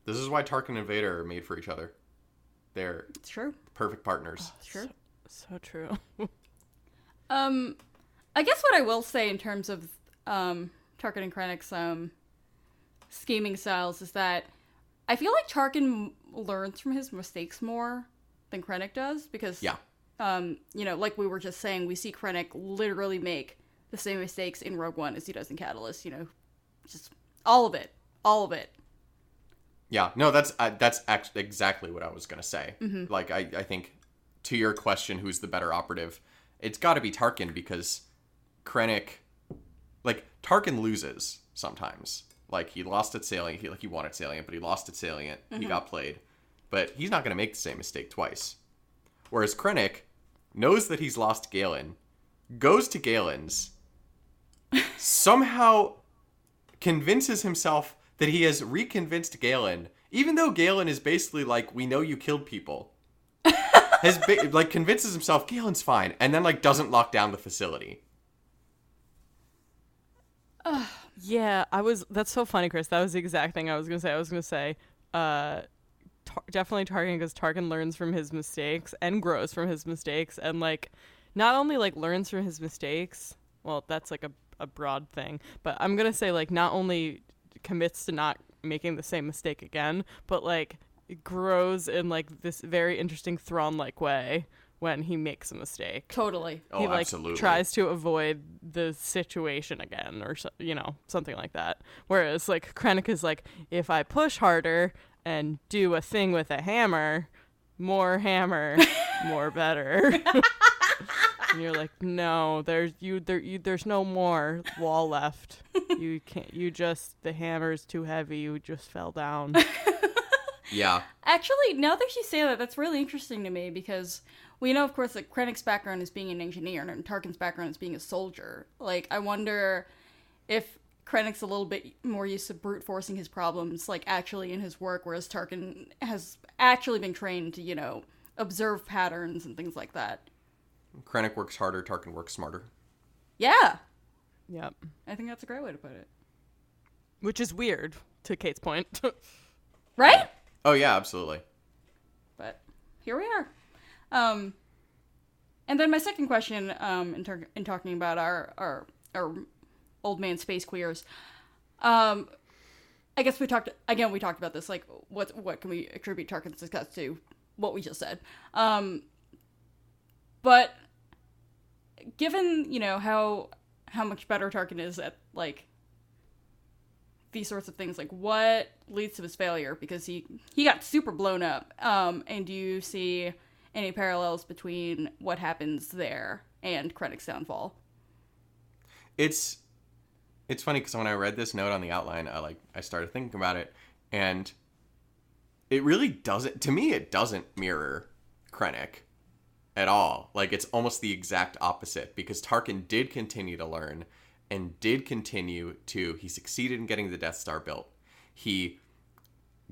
Speaker 2: This is why Tarkin and Vader are made for each other. They're
Speaker 1: it's true.
Speaker 2: perfect partners.
Speaker 1: It's true.
Speaker 3: So true.
Speaker 1: Um, I guess what I will say in terms of um, Tarkin and Krennic's um, scheming styles is that I feel like Tarkin learns from his mistakes more than Krennic does because,
Speaker 2: Yeah.
Speaker 1: um, you know, like we were just saying, we see Krennic literally make the same mistakes in Rogue One as he does in Catalyst. You know, just all of it, all of it.
Speaker 2: Yeah, no, that's uh, that's act- exactly what I was gonna say. Like, I, I think to your question, who's the better operative? It's got to be Tarkin because Krennic, like Tarkin loses sometimes. Like he lost at Salient, he like he won at Salient, but he lost at Salient. He got played, but he's not gonna make the same mistake twice. Whereas Krennic knows that he's lost Galen, goes to Galen's, somehow convinces himself that he has reconvinced Galen, even though Galen is basically like, "We know you killed people."
Speaker 3: <laughs>
Speaker 2: has ba- like convinces himself Galen's fine, and then like doesn't lock down the facility.
Speaker 3: Yeah, I was. That's so funny, Chris. That was the exact thing I was gonna say. I was gonna say, uh, tar- definitely Tarkin because Tarkin learns from his mistakes and grows from his mistakes, and like, not only like learns from his mistakes. Well, that's like a a broad thing, but I'm gonna say like not only commits to not making the same mistake again, but like grows in like this very interesting Thrawn like way when he makes a mistake.
Speaker 1: Totally.
Speaker 2: Oh,
Speaker 3: he like
Speaker 2: absolutely.
Speaker 3: tries to avoid the situation again, or so, you know something like that. Whereas like Krennic is like, if I push harder and do a thing with a hammer, more
Speaker 2: <laughs>
Speaker 3: hammer, more better. and you're like, no, there's you there you, there's no more wall left. You can't. You just the hammer's too heavy. You just fell
Speaker 2: <laughs>
Speaker 3: down.
Speaker 2: yeah.
Speaker 1: Actually, now that you say that, that's really interesting to me because we know, of course, that Krennic's background is being an engineer and Tarkin's background is being a soldier. Like, I wonder if Krennic's a little bit more used to brute forcing his problems, like, actually in his work, whereas Tarkin has actually been trained to, you know, observe patterns and things like that.
Speaker 2: Krennic works harder. Tarkin works smarter.
Speaker 1: Yeah,
Speaker 3: yep.
Speaker 1: I think that's a great way to put it.
Speaker 3: Which is weird, to Kate's point. <laughs>
Speaker 1: Right?
Speaker 2: Oh yeah, absolutely.
Speaker 1: but here we are. Um, and then my second question, um, in, ter- in talking about our, our our old man space queers, um, I guess we talked again. We talked about this, like what what can we attribute Tarkin's disgust to? What we just said. Um, but given you know how how much better Tarkin is at like these sorts of things like what leads to his failure because he he got super blown up um and do you see any parallels between what happens there and Krennic's downfall
Speaker 2: it's it's funny because when I read this note on the outline, I like I started thinking about it, and it really doesn't. To me, it doesn't mirror Krennic at all. Like it's almost the exact opposite because Tarkin did continue to learn and did continue to. He succeeded in getting the Death Star built. He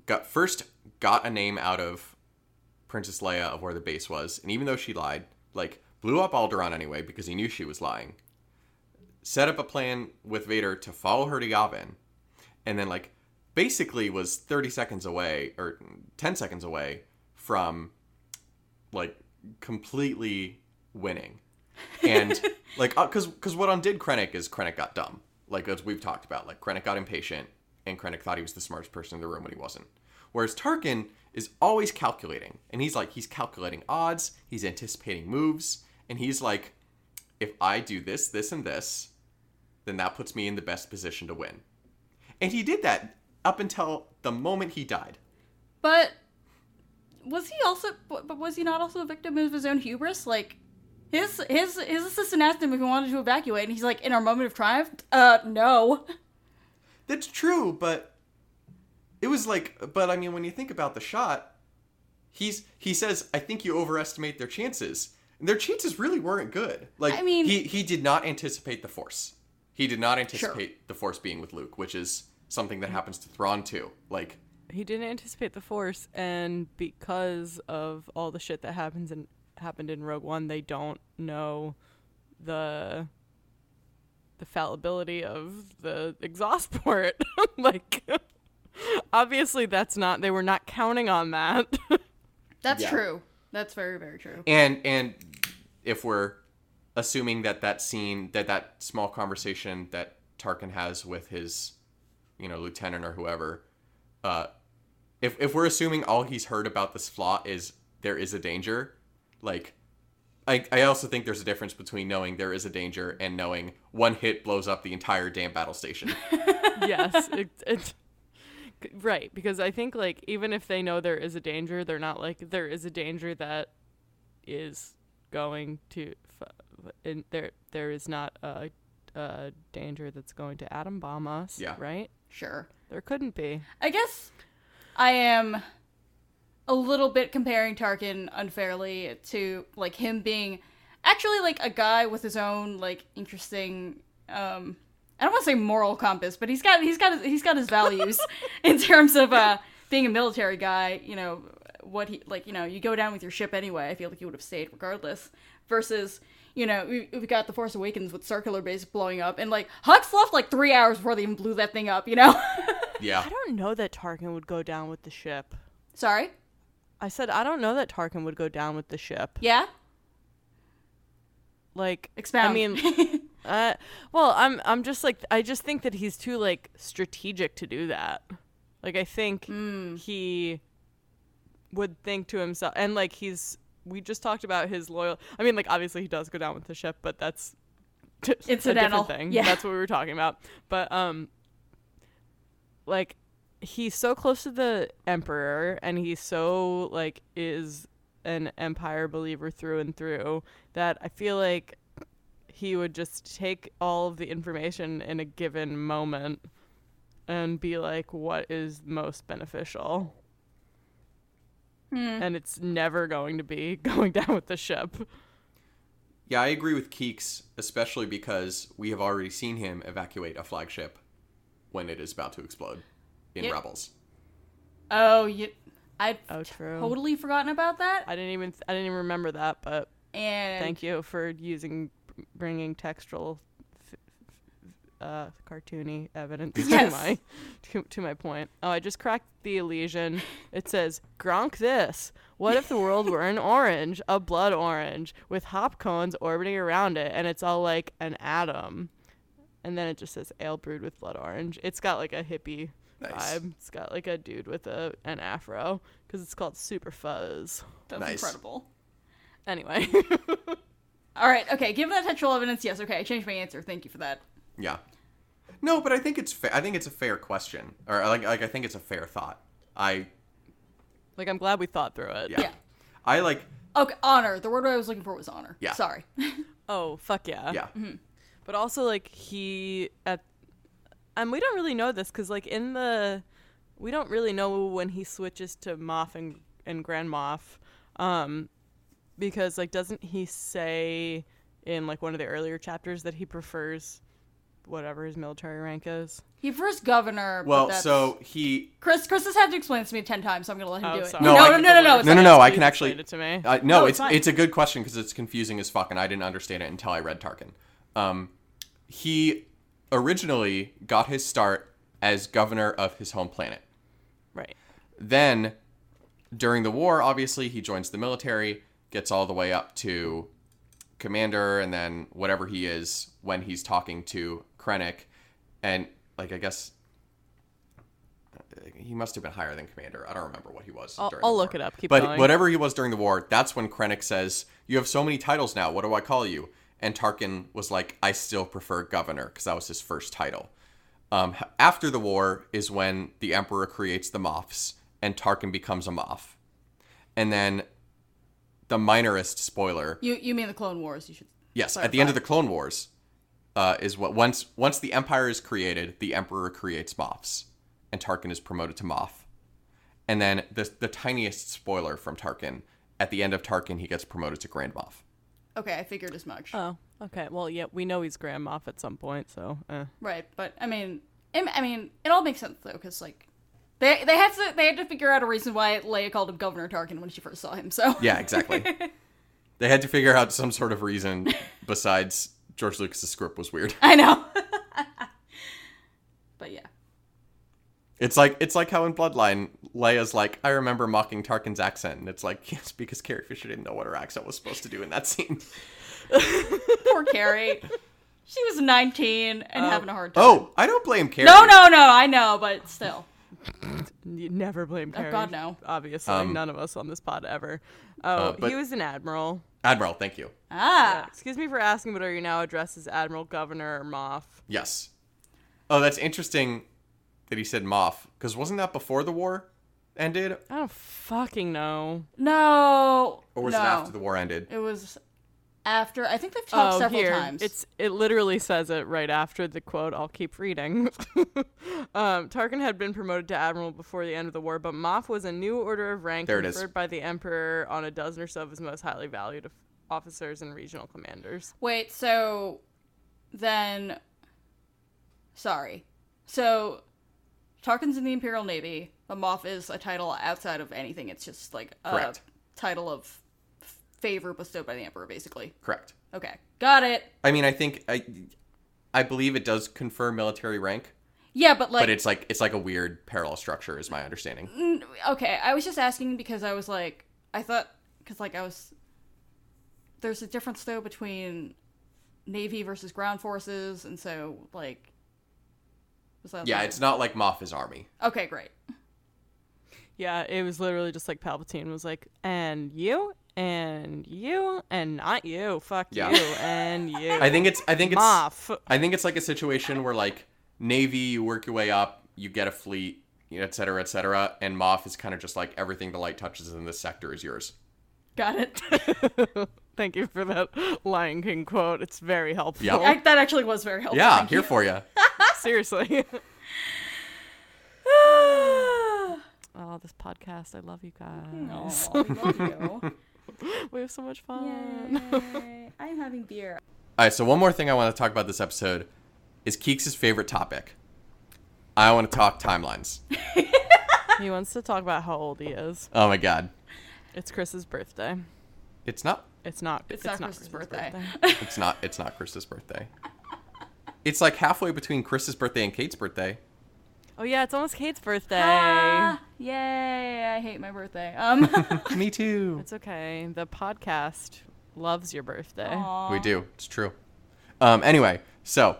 Speaker 2: got first got a name out of Princess Leia of where the base was, and even though she lied, like blew up Alderaan anyway because he knew she was lying set up a plan with Vader to follow her to Yavin, and then like basically was 30 seconds away or 10 seconds away from like completely winning. And like uh, cuz cuz what undid Krennic is Krennic got dumb. Like as we've talked about, like Krennic got impatient and Krennic thought he was the smartest person in the room when he wasn't. Whereas Tarkin is always calculating. And he's like he's calculating odds, he's anticipating moves, and he's like if I do this, this, and this, then that puts me in the best position to win. And he did that up until the moment he died.
Speaker 1: but was he also but but was he not also a victim of his own hubris like his his his assistant asked him if he wanted to evacuate and he's like in our moment of triumph uh no
Speaker 2: That's true, but it was like, but I mean, when you think about the shot, he's he says, "I think you overestimate their chances." And their chances really weren't good. Like,
Speaker 1: I mean-
Speaker 2: he he did not anticipate the Force. He did not anticipate the Force being with Luke, which is something that happens to Thrawn too. Like,
Speaker 3: he didn't anticipate the force and because of all the shit that happens in happened in Rogue One, they don't know the the fallibility of the exhaust port. <laughs> like obviously that's not they were not counting on that.
Speaker 1: <laughs> that's
Speaker 2: Yeah.
Speaker 1: true that's very very true
Speaker 2: and and if we're assuming that that scene that that small conversation that tarkin has with his you know lieutenant or whoever uh if if we're assuming all he's heard about this flaw is there is a danger like I, I also think there's a difference between knowing there is a danger and knowing one hit blows up the entire damn battle station.
Speaker 3: yes, it, it, right. Because I think like even if they know there is a danger, they're not like there is a danger that is going to, f- and there there is not a, a danger that's going to atom bomb us.
Speaker 2: Yeah.
Speaker 3: Right.
Speaker 1: sure
Speaker 3: There couldn't be.
Speaker 1: I guess I am a little bit comparing Tarkin unfairly to like him being actually like a guy with his own like interesting um I don't want to say moral compass, but he's got he's got his, he's got his values <laughs> in terms of uh being a military guy, you know, what he like, you know, you go down with your ship anyway. I feel like you would have stayed regardless versus you know, we, we got the Force Awakens with circular base blowing up, and like Hux left like three hours before they even blew that thing up. You know, <laughs>
Speaker 2: yeah.
Speaker 3: I don't know that Tarkin would go down with the ship.
Speaker 1: sorry,
Speaker 3: I said I don't know that Tarkin would go down with the ship.
Speaker 1: yeah.
Speaker 3: Like
Speaker 1: Expound.
Speaker 3: I mean, <laughs> uh, well, I'm I'm just like I just think that he's too like strategic to do that.
Speaker 1: Hmm.
Speaker 3: Like I think he would think to himself, and like he's we just talked about his loyal. I mean, like obviously he does go down with the ship, but that's <laughs>
Speaker 1: Incidental.
Speaker 3: A different thing.
Speaker 1: Yeah.
Speaker 3: that's what we were talking about. But um, like he's so close to the emperor, and he's so like is an empire believer through and through that I feel like he would just take all of the information in a given moment and be like, what is most beneficial? And it's never going to be <laughs> going down with the ship.
Speaker 2: Yeah, I agree with Keeks, especially because we have already seen him evacuate a flagship when it is about to explode in
Speaker 1: Yep.
Speaker 2: Rebels.
Speaker 1: Oh, you. I
Speaker 3: Oh, true.
Speaker 1: totally forgotten about that.
Speaker 3: I didn't even I didn't even remember that, but
Speaker 1: And
Speaker 3: thank you for using bringing textual, f- f- uh, cartoony evidence to
Speaker 1: Yes.
Speaker 3: my to, to my point. Oh, I just cracked the Elysian. It says Gronk this. What if the world were an orange, a blood orange, with hop cones orbiting around it, and it's all like an atom, and then it just says ale brewed with blood orange. It's got like a hippie
Speaker 2: Nice.
Speaker 3: vibe. It's got like a dude with a an afro because it's called Super Fuzz.
Speaker 1: that's
Speaker 2: Nice.
Speaker 1: incredible.
Speaker 3: Anyway. <laughs>
Speaker 1: All right. Okay. Given that textual evidence, yes. Okay. I changed my answer. Thank you for that.
Speaker 2: Yeah. No, but I think it's fa- I think it's a fair question, or like like I think it's a fair thought. I
Speaker 3: Like I'm glad we thought through it.
Speaker 2: yeah.
Speaker 1: Yeah.
Speaker 2: I like
Speaker 1: Okay. Honor. The word I was looking for was honor.
Speaker 2: Yeah.
Speaker 1: Sorry. <laughs>
Speaker 3: Oh fuck
Speaker 1: Uh,
Speaker 3: yeah.
Speaker 2: yeah.
Speaker 1: mm-hmm.
Speaker 3: But also like he at, and we don't really know this because like in the, we don't really know when he switches to Moff and and Grand Moff, um, because like doesn't he say in like one of the earlier chapters that he prefers, whatever his military rank is.
Speaker 1: He first governor. but
Speaker 2: Well,
Speaker 1: that's-
Speaker 2: so he
Speaker 1: Chris, Chris has had to explain this to me ten times, so I'm gonna let him
Speaker 3: Oh,
Speaker 1: do it.
Speaker 3: sorry.
Speaker 1: No,
Speaker 2: No,
Speaker 1: no,
Speaker 2: I
Speaker 1: no,
Speaker 2: can-
Speaker 1: no, no,
Speaker 3: It's
Speaker 2: no,
Speaker 1: no.
Speaker 2: no,
Speaker 3: like,
Speaker 2: no, I
Speaker 3: please
Speaker 2: can actually-
Speaker 3: explain it to me.
Speaker 2: Uh, no,
Speaker 1: No, it's
Speaker 2: it's
Speaker 1: fine.
Speaker 2: it's a good question because it's confusing as fuck, and I didn't understand it until I read Tarkin. Um, he originally got his start as governor of his home planet.
Speaker 3: right.
Speaker 2: Then, during the war, obviously he joins the military, gets all the way up to commander, and then whatever he is when he's talking to Krennic, and like I guess. He must have been higher than commander. I don't remember what he was.
Speaker 3: I'll,
Speaker 2: during the
Speaker 3: I'll look
Speaker 2: war
Speaker 3: it up. Keep
Speaker 2: but
Speaker 3: going.
Speaker 2: whatever he was during the war, that's when Krennic says, "You have so many titles now. What do I call you?" And Tarkin was like, "I still prefer governor because that was his first title." Um, h- after the war is when the Emperor creates the Moffs, and Tarkin becomes a Moff, and then the minorist spoiler.
Speaker 1: You, you mean the Clone Wars? You should.
Speaker 2: Yes, at the end of the Clone Wars, uh, is what once once the Empire is created, the Emperor creates Moffs, and Tarkin is promoted to Moff. And then the the tiniest spoiler from Tarkin at the end of Tarkin, he gets promoted to Grand Moff.
Speaker 1: Okay, I figured as much.
Speaker 3: Oh, okay. Well, yeah, we know he's Grand Moff at some point, so. Eh.
Speaker 1: Right, but I mean, im- I mean, it all makes sense though, because like, they they had to they had to figure out a reason why Leia called him Governor Tarkin when she first saw him. So
Speaker 2: Yeah, exactly. they had to figure out some sort of reason besides George Lucas's script was weird.
Speaker 1: <laughs> I know. <laughs> but yeah,
Speaker 2: It's like it's like how in Bloodline, Leia's like, "I remember mocking Tarkin's accent," and it's like, <laughs> "Yes, because Carrie Fisher didn't know what her accent was supposed to do in that scene."
Speaker 1: poor Carrie. She was nineteen and having a hard time.
Speaker 2: Oh, I don't blame Carrie.
Speaker 1: No, no, no! I know, but still,
Speaker 3: You never blame Carrie.
Speaker 1: Oh, God, no.
Speaker 3: Obviously, none of us on this pod ever. Oh,
Speaker 2: Um, uh, but-
Speaker 3: he was an admiral.
Speaker 2: Admiral, thank you.
Speaker 1: ah,
Speaker 3: Excuse me for asking, but are you now addressed as admiral, governor, or moff?
Speaker 2: Yes. Oh, that's interesting that he said Moff, because wasn't that before the war ended,
Speaker 3: I don't fucking know.
Speaker 1: no,
Speaker 2: or was
Speaker 1: no.
Speaker 2: it after the war ended?
Speaker 1: It was after. I think they've talked
Speaker 3: oh,
Speaker 1: several
Speaker 3: here
Speaker 1: times.
Speaker 3: it's it literally says it right after the quote. I'll keep reading. <laughs> um, Tarkin had been promoted to admiral before the end of the war, but Moff was a new order of rank
Speaker 2: There it is.
Speaker 3: conferred by the emperor on a dozen or so of his most highly valued of- officers and regional commanders.
Speaker 1: Wait, so then sorry. So Tarkin's in the Imperial Navy. The Moff is a title outside of anything. It's just like a
Speaker 2: Correct.
Speaker 1: title of f- favor bestowed by the Emperor, basically.
Speaker 2: Correct.
Speaker 1: Okay, got it.
Speaker 2: I mean, I think I, I believe it does confer military rank,
Speaker 1: Yeah, but like,
Speaker 2: but it's like it's like a weird parallel structure, is my understanding.
Speaker 1: mm, okay. I was just asking because I was like, I thought because like I was. There's a difference though between Navy versus ground forces, and so like. Was that
Speaker 2: Yeah,
Speaker 1: like-
Speaker 2: it's not like Moff is army.
Speaker 1: okay. Great.
Speaker 3: Yeah, it was literally just like Palpatine was like, and you and you and not you. Fuck
Speaker 2: Yeah.
Speaker 3: you and you.
Speaker 2: I think it's I think it's
Speaker 3: Moff.
Speaker 2: I think it's like a situation where like Navy, you work your way up, you get a fleet, you know, et cetera, et cetera, and Moff is kind of just like everything the light touches in this sector is yours.
Speaker 1: Got it.
Speaker 3: <laughs> Thank you for that Lion King quote. It's very helpful.
Speaker 2: Yeah.
Speaker 1: I, that actually was very helpful. <sighs>
Speaker 2: Yeah, I'm
Speaker 1: thank Oh, you.
Speaker 2: here for you.
Speaker 3: <laughs> Seriously. <laughs> Oh, this podcast. I love you
Speaker 1: Aw,
Speaker 3: guys. <laughs>
Speaker 1: we <laughs> love you.
Speaker 3: We have so much fun.
Speaker 1: Yay. I'm having beer.
Speaker 2: All right, so one more thing I want to talk about this episode is Keeks' favorite topic. I want to talk timelines.
Speaker 3: <laughs> He wants to talk about how old he is.
Speaker 2: Oh my god.
Speaker 3: It's Chris's birthday.
Speaker 2: It's not
Speaker 3: It's not.
Speaker 1: It's, not Chris's birthday. <laughs>
Speaker 2: it's not it's not Chris's birthday. It's like halfway between Chris's birthday and Kate's birthday.
Speaker 3: <laughs> Oh yeah, it's almost <laughs> Kate's birthday.
Speaker 1: Ah, yay! I hate my birthday. <laughs> Um.
Speaker 2: Me too.
Speaker 3: It's okay. The podcast loves your birthday.
Speaker 1: aw.
Speaker 2: We do. It's true. Um, anyway, so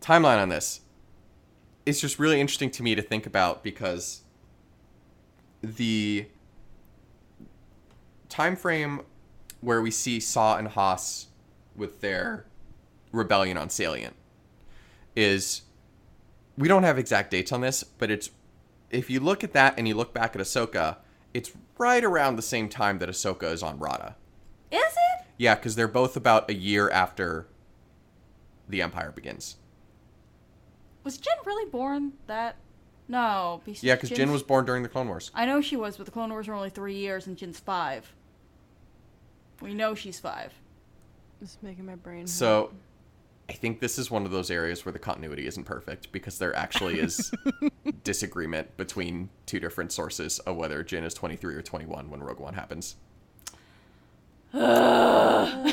Speaker 2: timeline on this. It's just really interesting to me to think about because the time frame where we see Saw and Haas with their rebellion on Salient is we don't have exact dates on this, but it's if you look at that and you look back at Ahsoka, it's right around the same time that Ahsoka is on Rada.
Speaker 1: Is it?
Speaker 2: Yeah, because they're both about a year after the Empire begins.
Speaker 1: Was Jin really born that? No. Because
Speaker 2: Yeah, because Jin was born during the Clone Wars.
Speaker 1: I know she was, but the Clone Wars were only three years, and Jin's five. We know she's <gasps> five.
Speaker 3: Just making my brain.
Speaker 2: So I think this is one of those areas where the continuity isn't perfect because there
Speaker 1: <laughs>
Speaker 2: actually is disagreement between two different sources of whether Jin is 23 or 21 when Rogue One happens.
Speaker 3: Ugh.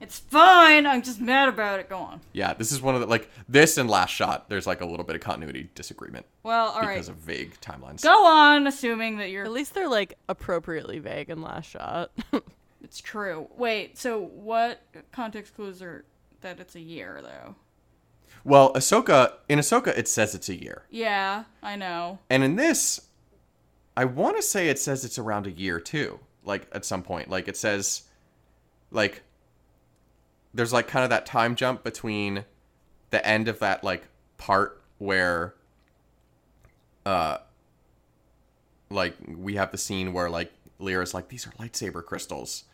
Speaker 1: It's fine. I'm just mad about it. Go on.
Speaker 2: Yeah, this is one of the, like, this and Last Shot, there's like a little bit of continuity disagreement
Speaker 1: Well, all right.
Speaker 2: because of vague timelines.
Speaker 1: Go on, assuming that you're.
Speaker 3: <laughs> At least they're like appropriately vague in last shot. <laughs>
Speaker 1: It's true. Wait. So what context clues are that it's a year though?
Speaker 2: Well, Ahsoka, in Ahsoka, it says it's a year.
Speaker 1: Yeah, I know.
Speaker 2: And in this, I want to say it says it's around a year too. Like at some point, like it says, like there's like kind of that time jump between the end of that like part where, uh, like we have the scene where like Lyra's like these are lightsaber crystals,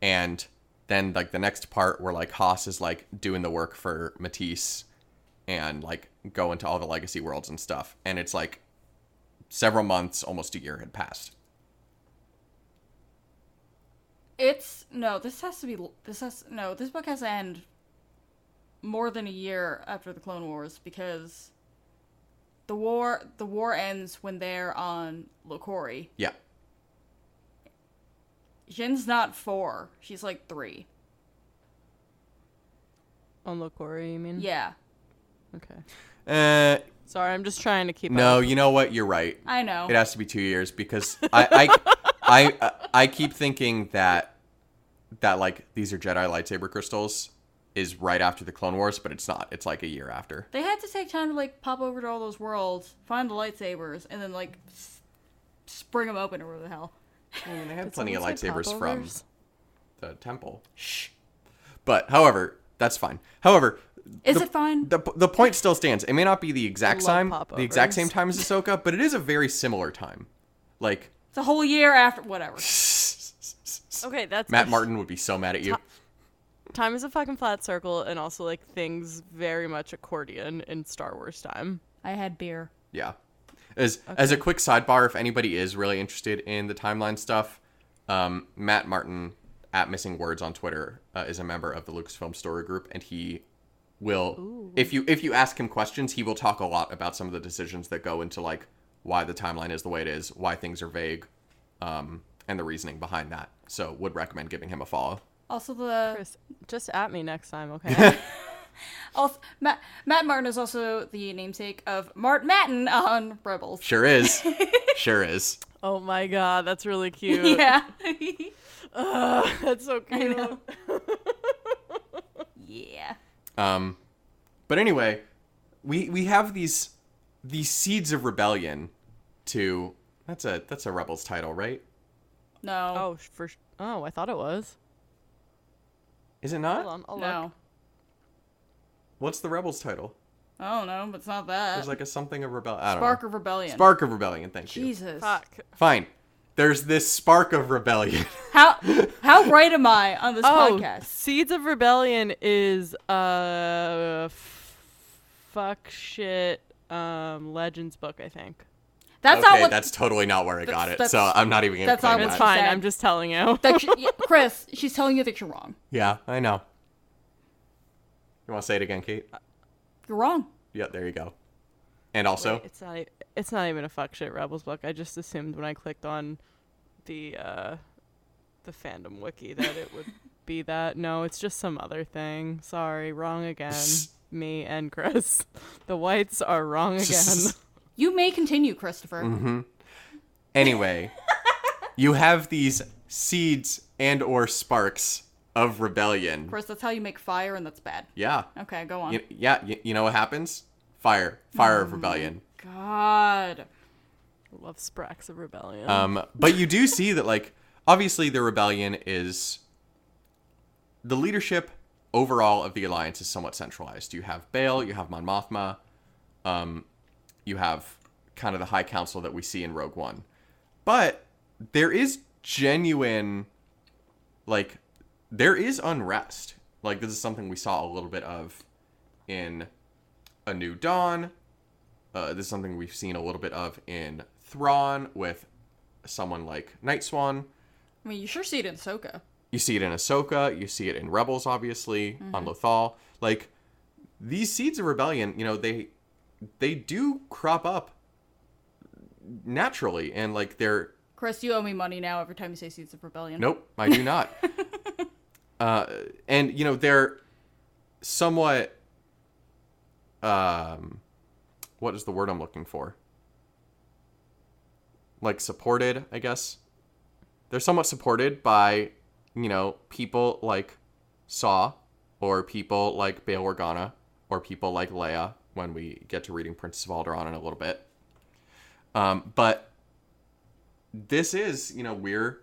Speaker 2: and then like the next part where like Haas is like doing the work for Matisse and like go into all the legacy worlds and stuff. And it's like several months, almost a year had passed.
Speaker 1: It's no. This has to be. This has no. This book has to end more than a year after the Clone Wars because the war the war ends when they're on Lokori.
Speaker 2: Yeah.
Speaker 1: Jin's not four. She's like three.
Speaker 3: on Lokori, you mean?
Speaker 1: Yeah,
Speaker 3: Okay.
Speaker 2: Uh,
Speaker 3: Sorry, I'm just trying to keep
Speaker 2: no,
Speaker 3: up.
Speaker 2: you know what? You're right.
Speaker 1: I know.
Speaker 2: It has to be two years because I, I, <laughs> I, I keep thinking that that like these are Jedi lightsaber crystals is right after the Clone Wars, but it's not. It's like a year after.
Speaker 1: They had to take time to like pop over to all those worlds, find the lightsabers, and then like s- spring them open or whatever the hell.
Speaker 2: I mean, they
Speaker 3: Did
Speaker 2: had plenty of
Speaker 3: someone say
Speaker 2: lightsabers from
Speaker 3: popovers?
Speaker 2: the temple. Shh. But however, that's fine. However,
Speaker 1: Is
Speaker 2: the-
Speaker 1: it fine?
Speaker 2: The, the point still stands. It may not be the exact
Speaker 3: love
Speaker 2: time, the exact
Speaker 3: popovers.
Speaker 2: same time as Ahsoka, but it is a very similar time. <laughs> Like
Speaker 1: It's a whole year after <laughs> whatever.
Speaker 3: Okay, that's
Speaker 2: Matt Martin would be so mad at you.
Speaker 3: Time is a fucking flat circle, and also like things very much accordion in Star Wars time.
Speaker 1: I had beer.
Speaker 2: Yeah. As as a quick sidebar, if anybody is really interested in the timeline stuff, um, Matt Martin at Missing Words on Twitter uh, is a member of the Lucasfilm Story Group, and he will if you if you ask him questions, he will talk a lot about some of the decisions that go into like why the timeline is the way it is, why things are vague, um, and the reasoning behind that. So would recommend giving him a follow.
Speaker 1: Also the
Speaker 3: Chris, just at me next time,
Speaker 2: <laughs>
Speaker 3: okay? <laughs>
Speaker 1: also, Matt Matt Martin is also the namesake of Mart Matin on Rebels.
Speaker 2: Sure is, sure is.
Speaker 3: oh my god, that's really cute.
Speaker 1: <laughs> Yeah.
Speaker 3: <laughs> Ugh, that's so cute.
Speaker 1: know. <laughs> yeah.
Speaker 2: Um, but anyway, we we have these these seeds of rebellion to that's a that's a rebels title, right?
Speaker 1: No.
Speaker 3: Oh, sh- for sh- oh, I thought it was.
Speaker 2: Is it
Speaker 3: Hold
Speaker 2: not?
Speaker 3: on, I'll
Speaker 1: no.
Speaker 3: look.
Speaker 2: What's the Rebels title?
Speaker 1: I don't know, but it's not that.
Speaker 2: There's like a something of rebellion. I don't
Speaker 1: Spark
Speaker 2: know.
Speaker 1: of Rebellion.
Speaker 2: Spark of rebellion. Thank you.
Speaker 1: Jesus.
Speaker 3: Fuck.
Speaker 2: Fine. There's this spark of rebellion.
Speaker 1: <laughs> How
Speaker 2: <laughs>
Speaker 1: how right am I on this
Speaker 3: Oh,
Speaker 1: podcast?
Speaker 3: Seeds of Rebellion is uh, f- fuck shit, um, Legends book, I think.
Speaker 1: <laughs> That's
Speaker 2: okay,
Speaker 1: not what.
Speaker 2: that's totally not where I got it.
Speaker 1: That's-
Speaker 2: So I'm not even gonna
Speaker 1: that's
Speaker 2: claim
Speaker 1: not
Speaker 3: It's
Speaker 1: what-
Speaker 2: that.
Speaker 3: fine.
Speaker 1: said.
Speaker 3: I'm just
Speaker 1: <laughs>
Speaker 3: telling you.
Speaker 1: that she, yeah, Chris, she's telling you that you're wrong.
Speaker 2: Yeah, I know. You want to say it again, Kate?
Speaker 1: You're wrong.
Speaker 2: Yeah, there you go. And also,
Speaker 3: Wait, it's not. e- It's not even a fuck shit Rebels book. I just assumed when I clicked on the uh, the fandom wiki that
Speaker 1: <laughs>
Speaker 3: it would be that. No, it's just some other thing. Sorry, wrong again. Me and Chris, <laughs> the whites are wrong again.
Speaker 1: You may continue, Christopher.
Speaker 2: Mm-hmm. anyway, you have these seeds and or sparks of rebellion.
Speaker 1: Chris, that's how you make fire, and that's bad.
Speaker 2: Yeah.
Speaker 1: Okay, go on.
Speaker 2: Y- yeah, y- you know what happens? Fire. Fire of rebellion.
Speaker 1: God.
Speaker 3: Love Sprax of Rebellion.
Speaker 2: Um, but you do see that, like, obviously the rebellion is the leadership overall of the alliance is somewhat centralized. You have Bail, you have Mon Mothma, um, you have kind of the High Council that we see in Rogue One, but there is genuine, like, there is unrest. Like, this is something we saw a little bit of in A New Dawn. Uh, this is something we've seen a little bit of in Thrawn with someone like Night Swan.
Speaker 1: I mean, you sure see it in Soka.
Speaker 2: You see it in Ahsoka. You see it in Rebels, obviously on Lothal. Like these seeds of rebellion, you know, they they do crop up naturally, and like they're
Speaker 1: Chris, you owe me money now every time you say Seeds of Rebellion.
Speaker 2: Nope, I do not. uh, and you know they're somewhat. Um, what is the word I'm looking for? Like supported, I guess. They're somewhat supported by, you know, people like Saw, or people like Bail Organa, or people like Leia. When we get to reading Princess of Alderaan in a little bit, um, but this is, you know, we're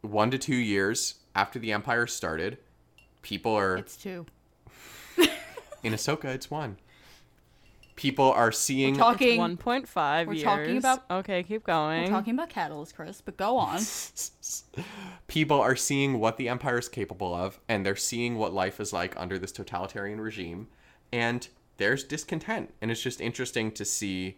Speaker 2: one to two years after the Empire started. People are
Speaker 1: It's two.
Speaker 2: in Ahsoka. It's one. People are seeing.
Speaker 1: Talking.
Speaker 3: One point five.
Speaker 1: We're talking
Speaker 3: years.
Speaker 1: about-
Speaker 3: Okay, keep going.
Speaker 1: We're talking about catalyst, Chris, but go on.
Speaker 2: <laughs> people are seeing what the Empire is capable of, and they're seeing what life is like under this totalitarian regime, and there's discontent, and it's just interesting to see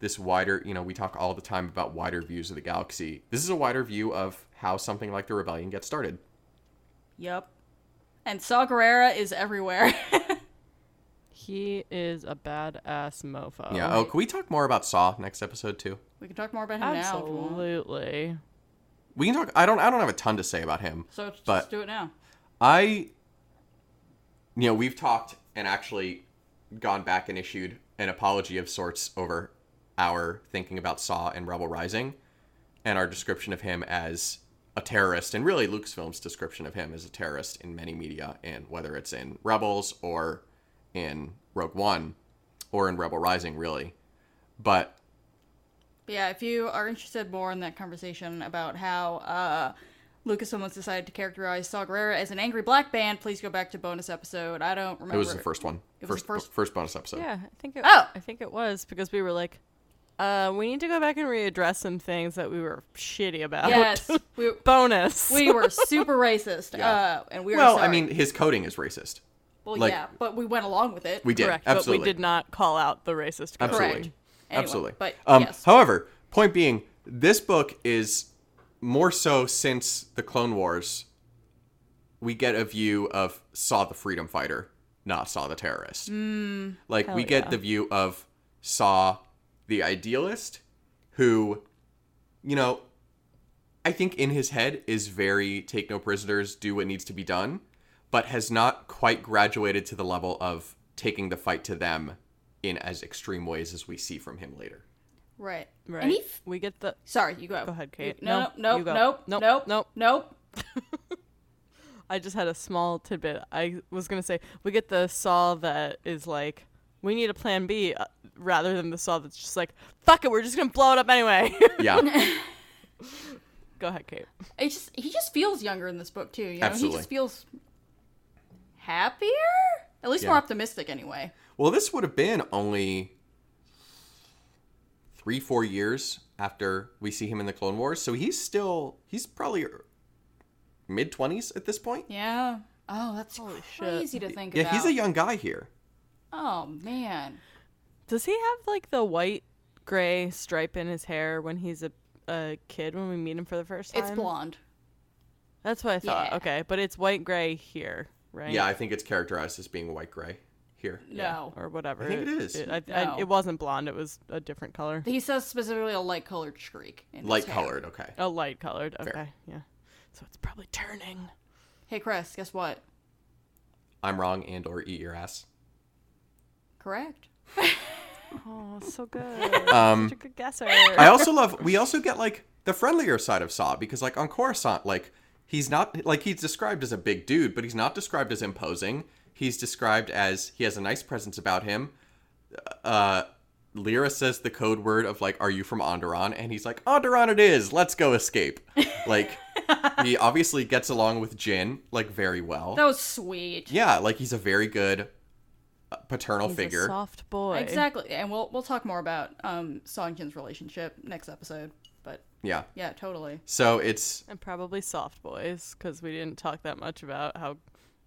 Speaker 2: this wider. You know, we talk all the time about wider views of the galaxy. This is a wider view of how something like the rebellion gets started.
Speaker 1: yep. And Saw Gerrera is everywhere. <laughs>
Speaker 3: He is a badass mofo.
Speaker 2: Yeah. Oh, can we talk more about Saw next episode too?
Speaker 1: we can talk more about him now. if you want.
Speaker 3: Absolutely.
Speaker 2: We can talk. I don't. I don't have a ton to say about him.
Speaker 1: So let's
Speaker 2: But-
Speaker 1: just do it now.
Speaker 2: I, you know, we've talked and actually gone back and issued an apology of sorts over our thinking about Saw and Rebel Rising, and our description of him as a terrorist, and really Lucasfilm's description of him as a terrorist in many media, and whether it's in Rebels or in Rogue One, or in Rebel Rising, really. But
Speaker 1: But yeah, if you are interested more in that conversation about how uh, Lucasfilm has decided to characterize Saw Gerrera as an angry black band, please go back to bonus episode. I don't remember.
Speaker 2: it was the first one,
Speaker 1: It was
Speaker 2: first
Speaker 1: the first-
Speaker 2: first bonus episode.
Speaker 3: Yeah, I think it.
Speaker 1: Oh!
Speaker 3: I think it was because we were like, uh, we need to go back and readdress some things that we were shitty
Speaker 1: <laughs>
Speaker 3: about.
Speaker 1: Yes, we,
Speaker 3: Bonus.
Speaker 1: we were super racist,
Speaker 2: Yeah.
Speaker 1: uh, and we were.
Speaker 2: Well, I
Speaker 1: sorry.
Speaker 2: mean, his coding is racist.
Speaker 1: well,
Speaker 2: like-
Speaker 1: yeah, but we went along with it.
Speaker 2: We did
Speaker 3: correct,
Speaker 2: absolutely.
Speaker 3: but we did not call out the racist. code.
Speaker 2: Absolutely.
Speaker 1: Correct. Anyway,
Speaker 2: Absolutely.
Speaker 1: but
Speaker 2: um,
Speaker 1: yes.
Speaker 2: However, point being, this book is more so since the Clone Wars, we get a view of Saw the Freedom Fighter, not Saw the Terrorist.
Speaker 1: Hmm.
Speaker 2: like, we
Speaker 3: hell
Speaker 2: get
Speaker 3: yeah.
Speaker 2: the view of Saw the Idealist, who, you know, I think in his head is very take no prisoners, do what needs to be done, but has not quite graduated to the level of taking the fight to them in as extreme ways as we see from him later.
Speaker 1: Right.
Speaker 3: Right.
Speaker 1: And he f-
Speaker 3: we get the.
Speaker 1: Sorry, you go.
Speaker 3: Go ahead, Kate.
Speaker 1: No,
Speaker 3: No,
Speaker 1: no, no,
Speaker 3: you go.
Speaker 1: no,
Speaker 3: Nope,
Speaker 1: no,
Speaker 3: nope.
Speaker 1: no.
Speaker 3: I just had a small tidbit. I was gonna say we get the saw that is like. We need a plan B uh, <laughs> rather than the saw that's just like, fuck it, we're just gonna blow it up anyway.
Speaker 2: Yeah.
Speaker 3: Go ahead, Kate.
Speaker 1: It's just he just feels younger in this book too. You know,
Speaker 2: Absolutely.
Speaker 1: he just feels happier, at least
Speaker 2: Yeah.
Speaker 1: more optimistic anyway.
Speaker 2: Well, this would have been only three, four years after we see him in the Clone Wars, so he's still he's probably mid twenties at this point.
Speaker 1: Yeah. Oh, that's
Speaker 3: shit.
Speaker 1: crazy to think
Speaker 2: Yeah,
Speaker 1: about.
Speaker 2: he's a young guy here.
Speaker 1: Oh man.
Speaker 3: Does he have like the white gray stripe in his hair when he's a, a kid when we meet him for the first time?
Speaker 1: It's blonde.
Speaker 3: That's what I thought.
Speaker 1: Yeah.
Speaker 3: Okay, but it's white gray here, right?
Speaker 2: Yeah, I think it's characterized as being white gray here.
Speaker 1: No.
Speaker 3: or whatever.
Speaker 2: I think it is.
Speaker 3: It, I, I-
Speaker 1: No.
Speaker 3: it wasn't blonde. It was a different color.
Speaker 1: He says specifically a light colored streak. in his
Speaker 2: Light
Speaker 1: hair.
Speaker 2: colored, okay.
Speaker 3: A light colored. Okay,
Speaker 2: Fair.
Speaker 3: yeah. So it's probably turning.
Speaker 1: Hey Chris, guess what?
Speaker 2: I'm wrong and or eat your ass.
Speaker 1: Correct.
Speaker 3: Oh, so <laughs> good.
Speaker 2: Um
Speaker 3: Such a good guesser.
Speaker 2: I also love. We also get like the friendlier side of Saw because like on Coruscant, like he's not like he's described as a big dude, but he's not described as imposing. He's described as he has a nice presence about him. Uh, Lyra says the code word of like, "Are you from Onderon?" And he's like, "Onderon, it is. Let's go escape." Like
Speaker 3: <laughs>
Speaker 2: he obviously gets along with Jin like very well.
Speaker 1: That was sweet.
Speaker 2: Yeah, like he's a very good uh, paternal
Speaker 3: He's a
Speaker 2: figure.
Speaker 3: soft boy.
Speaker 1: Exactly. And we'll we'll talk more about um Songjin's relationship next episode. But
Speaker 2: yeah.
Speaker 1: yeah, totally.
Speaker 2: So it's
Speaker 3: And probably soft boys because we didn't talk that much about how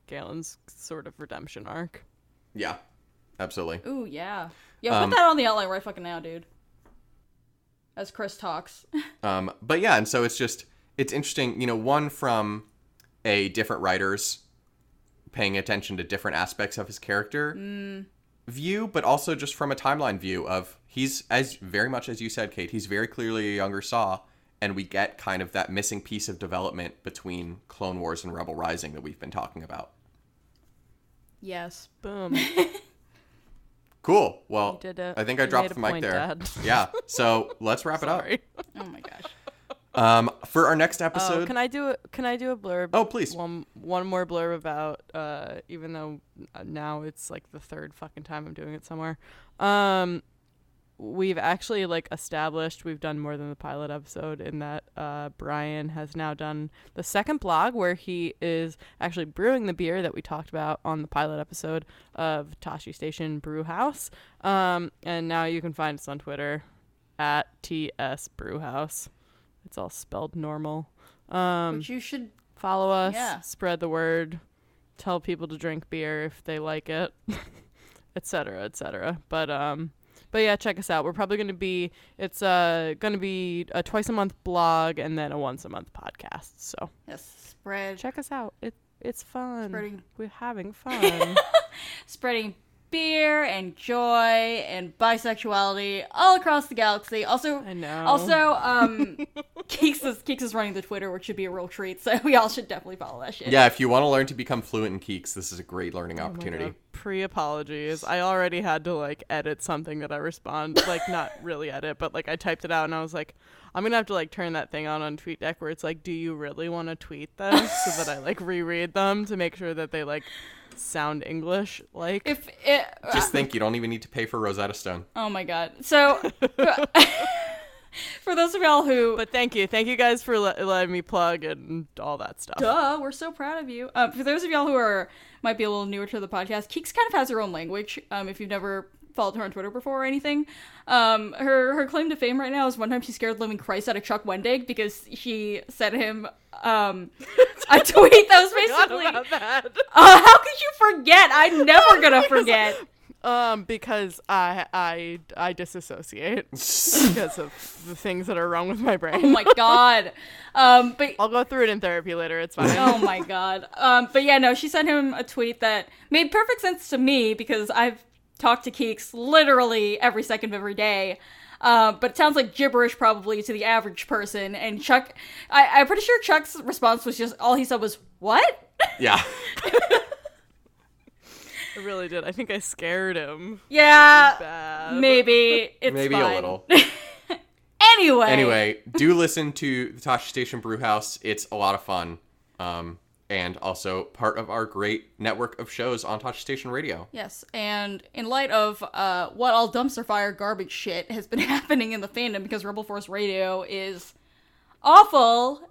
Speaker 3: Galen's sort of redemption arc.
Speaker 2: yeah, absolutely.
Speaker 1: Ooh, yeah. Yeah,
Speaker 2: Um,
Speaker 1: put that on the outline right fucking now, dude. As Chris talks. <laughs>
Speaker 2: Um, but yeah, and so it's just it's interesting, you know, one from a different writer's paying attention to different aspects of his character
Speaker 3: Mm.
Speaker 2: view, but also just from a timeline view of he's as very much as you said, Kate, he's very clearly a younger Saw, and we get kind of that missing piece of development between Clone Wars and Rebel Rising that we've been talking about.
Speaker 1: yes.
Speaker 3: Boom.
Speaker 2: Cool. Well,
Speaker 3: You did it.
Speaker 2: I think I
Speaker 3: You
Speaker 2: dropped
Speaker 3: made a
Speaker 2: the mic
Speaker 3: point,
Speaker 2: there.
Speaker 3: Dad.
Speaker 2: Yeah. So let's wrap it
Speaker 3: <laughs>
Speaker 2: up.
Speaker 3: Sorry.
Speaker 1: Oh my gosh.
Speaker 2: Um, for our next episode,
Speaker 3: Oh, can I do a, can I do a blurb?
Speaker 2: Oh, please.
Speaker 3: One one more blurb about uh, even though uh, now it's like the third fucking time I'm doing it somewhere. Um, we've actually like established we've done more than the pilot episode in that uh, Brian has now done the second blog where he is actually brewing the beer that we talked about on the pilot episode of Tashi Station Brew House. Um, and now you can find us on Twitter at TS Brew House. It's all spelled normal. Um,
Speaker 1: Which you should
Speaker 3: follow us
Speaker 1: Yeah.
Speaker 3: spread the word tell people to drink beer if they like it <laughs> etc cetera, etc cetera. but um but yeah check us out we're probably going to be it's uh going to be a twice a month blog and then a once a month podcast so
Speaker 1: yes, spread
Speaker 3: check us out it it's fun
Speaker 1: Spreading-
Speaker 3: we're
Speaker 1: <laughs>
Speaker 3: having fun
Speaker 1: spreading beer and joy and bisexuality all across the galaxy. Also
Speaker 3: I know.
Speaker 1: Also, um Keeks is Keeks is running the Twitter, which should be a real treat, so <laughs> we all should definitely follow that shit.
Speaker 2: Yeah, if you want to learn to become fluent in Keeks, this is a great
Speaker 1: Oh
Speaker 2: learning opportunity.
Speaker 3: pre apologies i already had to like edit something that i respond like
Speaker 1: <laughs>
Speaker 3: not really edit but like i typed it out and i was like i'm gonna have to like turn that thing on on tweetdeck where it's like do you really want to tweet
Speaker 1: <laughs>
Speaker 3: this so that i like reread them to make sure that they like sound english like
Speaker 1: If it
Speaker 2: Just think, you don't even need to pay for
Speaker 1: <laughs>
Speaker 2: Rosetta Stone.
Speaker 1: Oh my god. So <laughs> for those of y'all who
Speaker 3: but thank you thank you guys for le- letting me plug and all that stuff <laughs>
Speaker 1: duh, we're so proud of you. Um, for those of y'all who are might be a little newer to the podcast, Keeks kind of has her own language. Um, if you've never followed her on Twitter before or anything, um, her her claim to fame right now is one time she scared the living Christ out of Chuck Wendig because she sent him um, a tweet that was
Speaker 3: Not
Speaker 1: basically,
Speaker 3: about that.
Speaker 1: uh, "How could you forget? I'm never gonna forget."
Speaker 3: um because i i i disassociate because of the things that are wrong with my brain
Speaker 1: <laughs> Oh my god. Um, but
Speaker 3: I'll go through it in therapy later. It's fine.
Speaker 1: oh my god. Um, but yeah, no, she sent him a tweet that made perfect sense to me because I've talked to Keeks literally every second of every day. Uh, but it sounds like gibberish probably to the average person. And Chuck, I, I'm pretty sure Chuck's response was just all he said was, What?
Speaker 2: Yeah.
Speaker 3: I really did. I think I scared him. Uh,
Speaker 1: Yeah,
Speaker 3: Bad.
Speaker 1: maybe. It's
Speaker 2: Maybe
Speaker 1: fine. <laughs>
Speaker 2: a little.
Speaker 1: Anyway.
Speaker 2: Anyway, do listen to the Tasha Station Brewhouse. It's a lot of fun. Um, and also part of our great network of shows on Tasha Station Radio.
Speaker 1: Yes, and in light of uh, what all <laughs> dumpster fire garbage shit has been happening in the fandom because Rebel Force Radio is awful,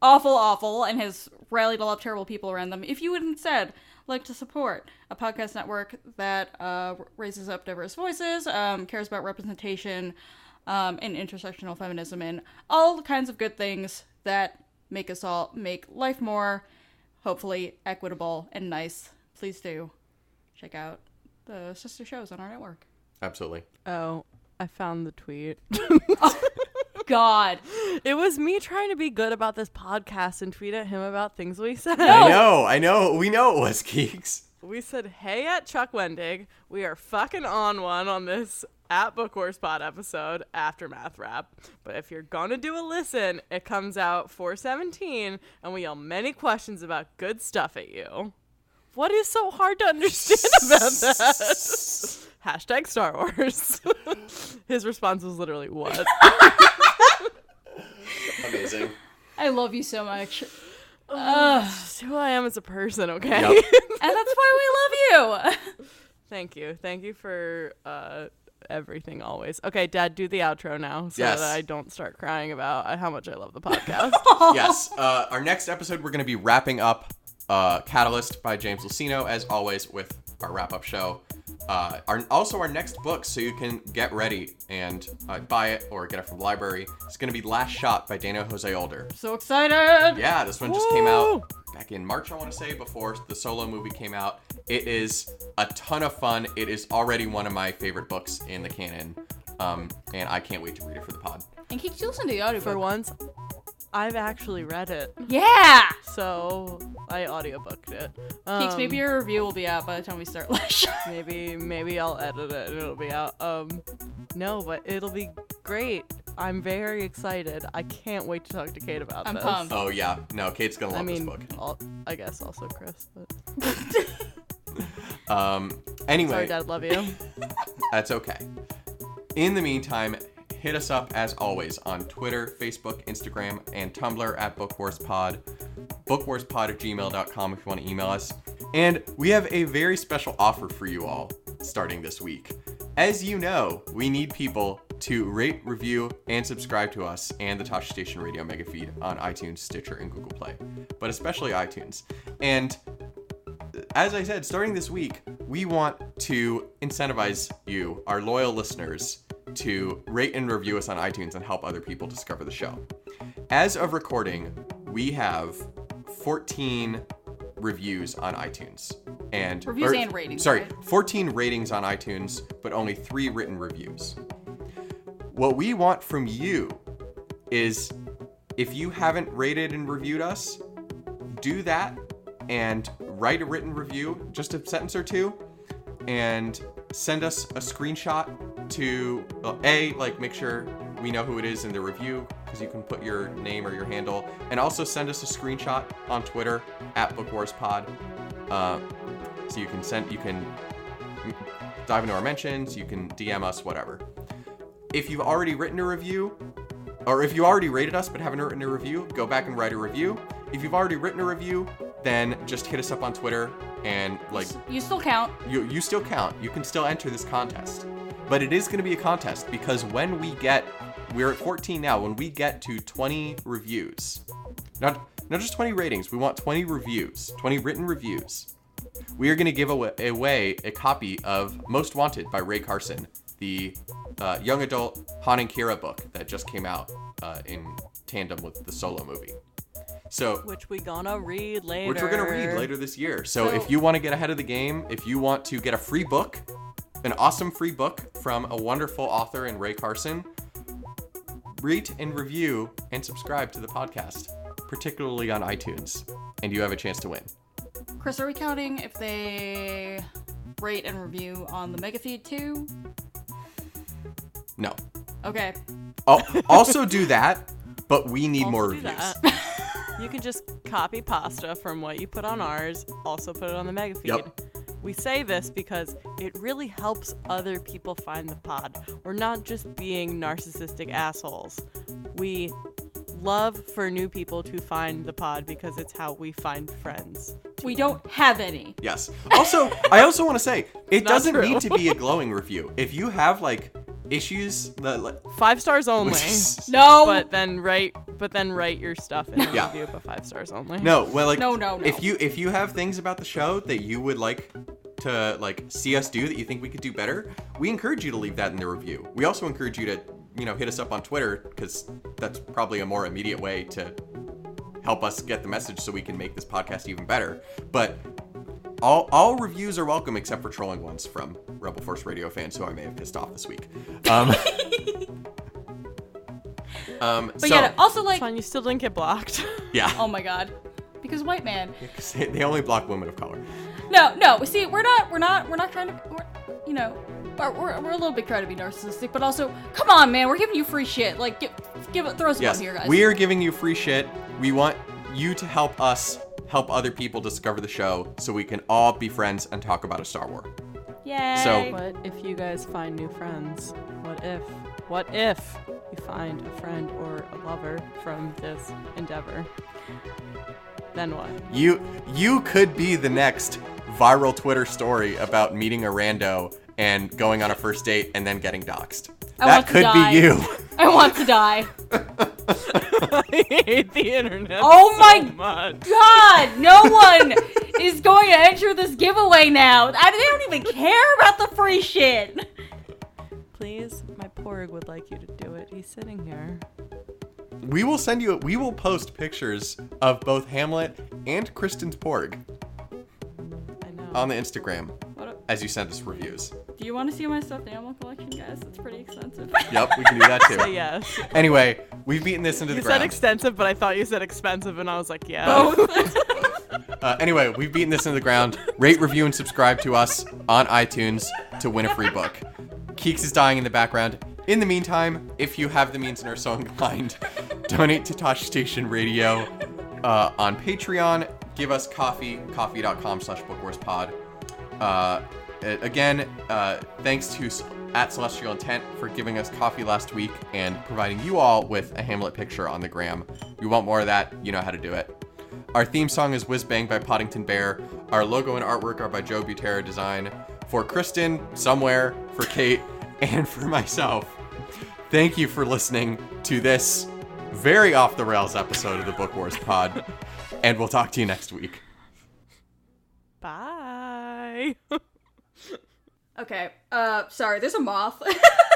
Speaker 1: awful, awful, and has rallied a lot of terrible people around them. If you would instead like to support a podcast network that uh, raises up diverse voices, um, cares about representation, um, and intersectional feminism, and all kinds of good things that make us all make life more, hopefully, equitable and nice, please do check out the sister shows on our network.
Speaker 2: Absolutely.
Speaker 3: Oh, I found the tweet.
Speaker 1: <laughs>
Speaker 3: <laughs>
Speaker 1: God.
Speaker 3: it was me trying to be good about this podcast and tweet at him about things we said.
Speaker 2: I know, I know. We know it was geeks.
Speaker 3: We said, "Hey, at Chuck Wendig, we are fucking on one on this at Book Horse Pod episode aftermath wrap. But if you're gonna do a listen, it comes out 417, and we yell many questions about good stuff at you. What is so hard to understand <laughs> about that?" Hashtag Star Wars. <laughs> His response was literally, "What?"
Speaker 2: Amazing.
Speaker 1: I love you so <laughs> much.
Speaker 3: It's who I am as a person, okay?
Speaker 2: Yep.
Speaker 1: And that's why we love you. <laughs>
Speaker 3: Thank you. Thank you for uh, everything always. Okay, Dad, do the outro now so
Speaker 2: Yes.
Speaker 3: that I don't start crying about uh, how much I
Speaker 2: <laughs>
Speaker 3: love the podcast.
Speaker 2: yes. Uh, our next episode, we're going to be wrapping up uh, Catalyst by James Lucino, as always, with our wrap up show. Uh, our, also, our next book, so you can get ready and uh, buy it or get it from the library. It's going to be Last Shot by Dana Jose Older.
Speaker 1: so excited.
Speaker 2: Yeah, this one just came
Speaker 3: Woo!
Speaker 2: out back in March, I want to say, before the solo movie came out. It is a ton of fun. It is already one of my favorite books in the canon, um, and I can't wait to read it for the pod.
Speaker 1: And keep listening to the audiobook.
Speaker 3: for once, I've actually read it,
Speaker 1: Yeah.
Speaker 3: so I audiobooked it. Um,
Speaker 1: Geeks, maybe your review will be out by the time we start last show.
Speaker 3: maybe maybe I'll edit it and it'll be out. Um, no, but it'll be great. I'm very excited. I can't wait to talk to Kate about
Speaker 1: I'm
Speaker 3: this.
Speaker 1: pumped.
Speaker 2: Oh, yeah. No, Kate's going to
Speaker 3: I
Speaker 2: love
Speaker 3: mean,
Speaker 2: this book.
Speaker 3: all, I guess also Chris. But sorry,
Speaker 2: Um, anyway,
Speaker 3: Dad, love you.
Speaker 2: <laughs> that's okay. In the meantime, hit us up as always on Twitter, Facebook, Instagram, and Tumblr at BookHorsePod. BookHorsePod at gmail.com if you want to email us. And we have a very special offer for you all starting this week. As you know, we need people to rate, review, and subscribe to us and the Tosh Station Radio Mega Feed on iTunes, Stitcher, and Google Play, but especially iTunes. And as I said, starting this week, we want to incentivize you, our loyal listeners, to rate and review us on iTunes and help other people discover the show. As of recording, we have 14 reviews on iTunes. And
Speaker 1: Reviews and ratings,
Speaker 2: Sorry,
Speaker 1: right?
Speaker 2: 14 ratings on iTunes, but only three written reviews. What we want from you is if you haven't rated and reviewed us, do that and write a written review, just a sentence or two, and send us a screenshot to well, a like make sure we know who it is in the review because you can put your name or your handle, and also send us a screenshot on Twitter at Book Wars Pod, uh, so you can send you can dive into our mentions, you can DM us, whatever. If you've already written a review, or if you already rated us but haven't written a review, go back and write a review. If you've already written a review, then just hit us up on Twitter and like
Speaker 1: You still count.
Speaker 2: you you still count. You can still enter this contest. But it is going to be a contest because when we get we're at 14 now, when we get to 20 reviews. Not not just 20 ratings, we want 20 reviews, 20 written reviews. We are going to give away, away a copy of Most Wanted by Ray Carson, the uh, young adult Han and Kira book that just came out uh, in tandem with the solo movie. So
Speaker 3: Which we gonna read later.
Speaker 2: which we're going to read later this year. So,
Speaker 1: So-
Speaker 2: if you want to get ahead of the game, if you want to get a free book, an awesome free book from a wonderful author in Ray Carson, rate and review and subscribe to the podcast, particularly on iTunes, and you have a chance to win.
Speaker 1: Chris, are we counting if they rate and review on the mega feed too?
Speaker 2: No.
Speaker 1: Okay.
Speaker 3: <laughs>
Speaker 2: Al- also do that, but we need more
Speaker 3: Also do
Speaker 2: reviews.
Speaker 3: that. <laughs> you can just copy pasta from what you put on ours, also put it on the mega feed.
Speaker 2: Yep.
Speaker 3: We say this because it really helps other people find the pod. We're not just being narcissistic assholes. We love for new people to find the pod because it's how we find friends.
Speaker 1: We don't have any.
Speaker 2: <laughs> Yes. Also, I also want to say it
Speaker 3: Not
Speaker 2: doesn't
Speaker 3: true.
Speaker 2: need
Speaker 3: <laughs>
Speaker 2: to be a glowing review. If you have like issues that like <laughs>
Speaker 3: Five stars only.
Speaker 1: No.
Speaker 3: but then right but then write your stuff in the
Speaker 2: Yeah.
Speaker 3: review, but five stars only.
Speaker 2: No, well, like
Speaker 1: No, no, no.
Speaker 2: If you if you have things about the show that you would like to like see us do that you think we could do better, we encourage you to leave that in the review. We also encourage you to you know hit us up on Twitter because that's probably a more immediate way to help us get the message so we can make this podcast even better. But all, all reviews are welcome except for trolling ones from Rebel Force Radio fans who I may have pissed off this week.
Speaker 1: <laughs>
Speaker 2: Um, um,
Speaker 1: But
Speaker 2: so,
Speaker 1: yeah, also
Speaker 3: It's
Speaker 1: like,
Speaker 3: fine. You still didn't get blocked. <laughs>
Speaker 2: yeah.
Speaker 1: oh my god, because white man.
Speaker 2: 'Cause <laughs> they- they only block women of color.
Speaker 1: No, no. See, we're not, we're not, we're not trying to, we're, you know, we're, we're, we're a little bit trying to be narcissistic, but also, come on, man, we're giving you free shit. Like, give, give, it- throw some
Speaker 2: Yes,
Speaker 1: up here, guys.
Speaker 2: we are giving you free shit. We want you to help us help other people discover the show so we can all be friends and talk about a Star Wars.
Speaker 1: Yay.
Speaker 2: so-
Speaker 3: What if you guys find new friends? What if? What if you find a friend or a lover from this endeavor? Then what? <laughs>
Speaker 2: You you could be the next viral Twitter story about meeting a rando and going on a first date and then getting doxxed.
Speaker 1: I
Speaker 2: that
Speaker 1: want to
Speaker 2: could
Speaker 1: die. <laughs>
Speaker 2: be you.
Speaker 1: I want to
Speaker 2: <laughs>
Speaker 1: die.
Speaker 3: I hate the internet.
Speaker 1: Oh
Speaker 3: so
Speaker 1: my-
Speaker 3: much.
Speaker 1: God,
Speaker 2: <laughs>
Speaker 1: no one is going to enter this giveaway now. I, they don't even care about the free shit.
Speaker 3: Please, my Porg would like you to do it. He's sitting here.
Speaker 2: We will send you we will post pictures of both Hamlet and Kristen's Porg
Speaker 3: I know.
Speaker 2: on the Instagram
Speaker 1: What
Speaker 2: as you send us reviews.
Speaker 1: do you want to see my stuffed animal collection, guys? It's pretty expensive. <laughs>
Speaker 2: Yep, we can
Speaker 3: <laughs>
Speaker 2: do that
Speaker 3: Say
Speaker 2: too.
Speaker 3: Uh, yes.
Speaker 2: Anyway, we've beaten this into
Speaker 3: You
Speaker 2: the
Speaker 3: said
Speaker 2: ground.
Speaker 3: extensive, but I thought you said expensive, and I was like, yeah.
Speaker 2: Uh, anyway, we've beaten this into the ground. Rate, review, and subscribe to us on iTunes to win a free book. Keeks is dying in the background. In the meantime, if you have the means and are so inclined, <laughs> donate to Tosh Station Radio uh, on Patreon. Give us coffee, coffee.com slash bookwarspod. Uh, a- again, uh, thanks to S- at Celestial Intent for giving us coffee last week and providing you all with a Hamlet picture on the gram. You want more of that? You know how to do it. Our theme song is Whiz Bang by Poddington Bear. Our logo and artwork are by Joe Butera Design. For Kristen, somewhere, for Kate, <laughs> and for myself. Thank you for listening to this very off the rails episode of the Book Wars Pod, and we'll talk to you next week.
Speaker 3: Bye.
Speaker 1: Okay. Uh, sorry. There's a moth. <laughs>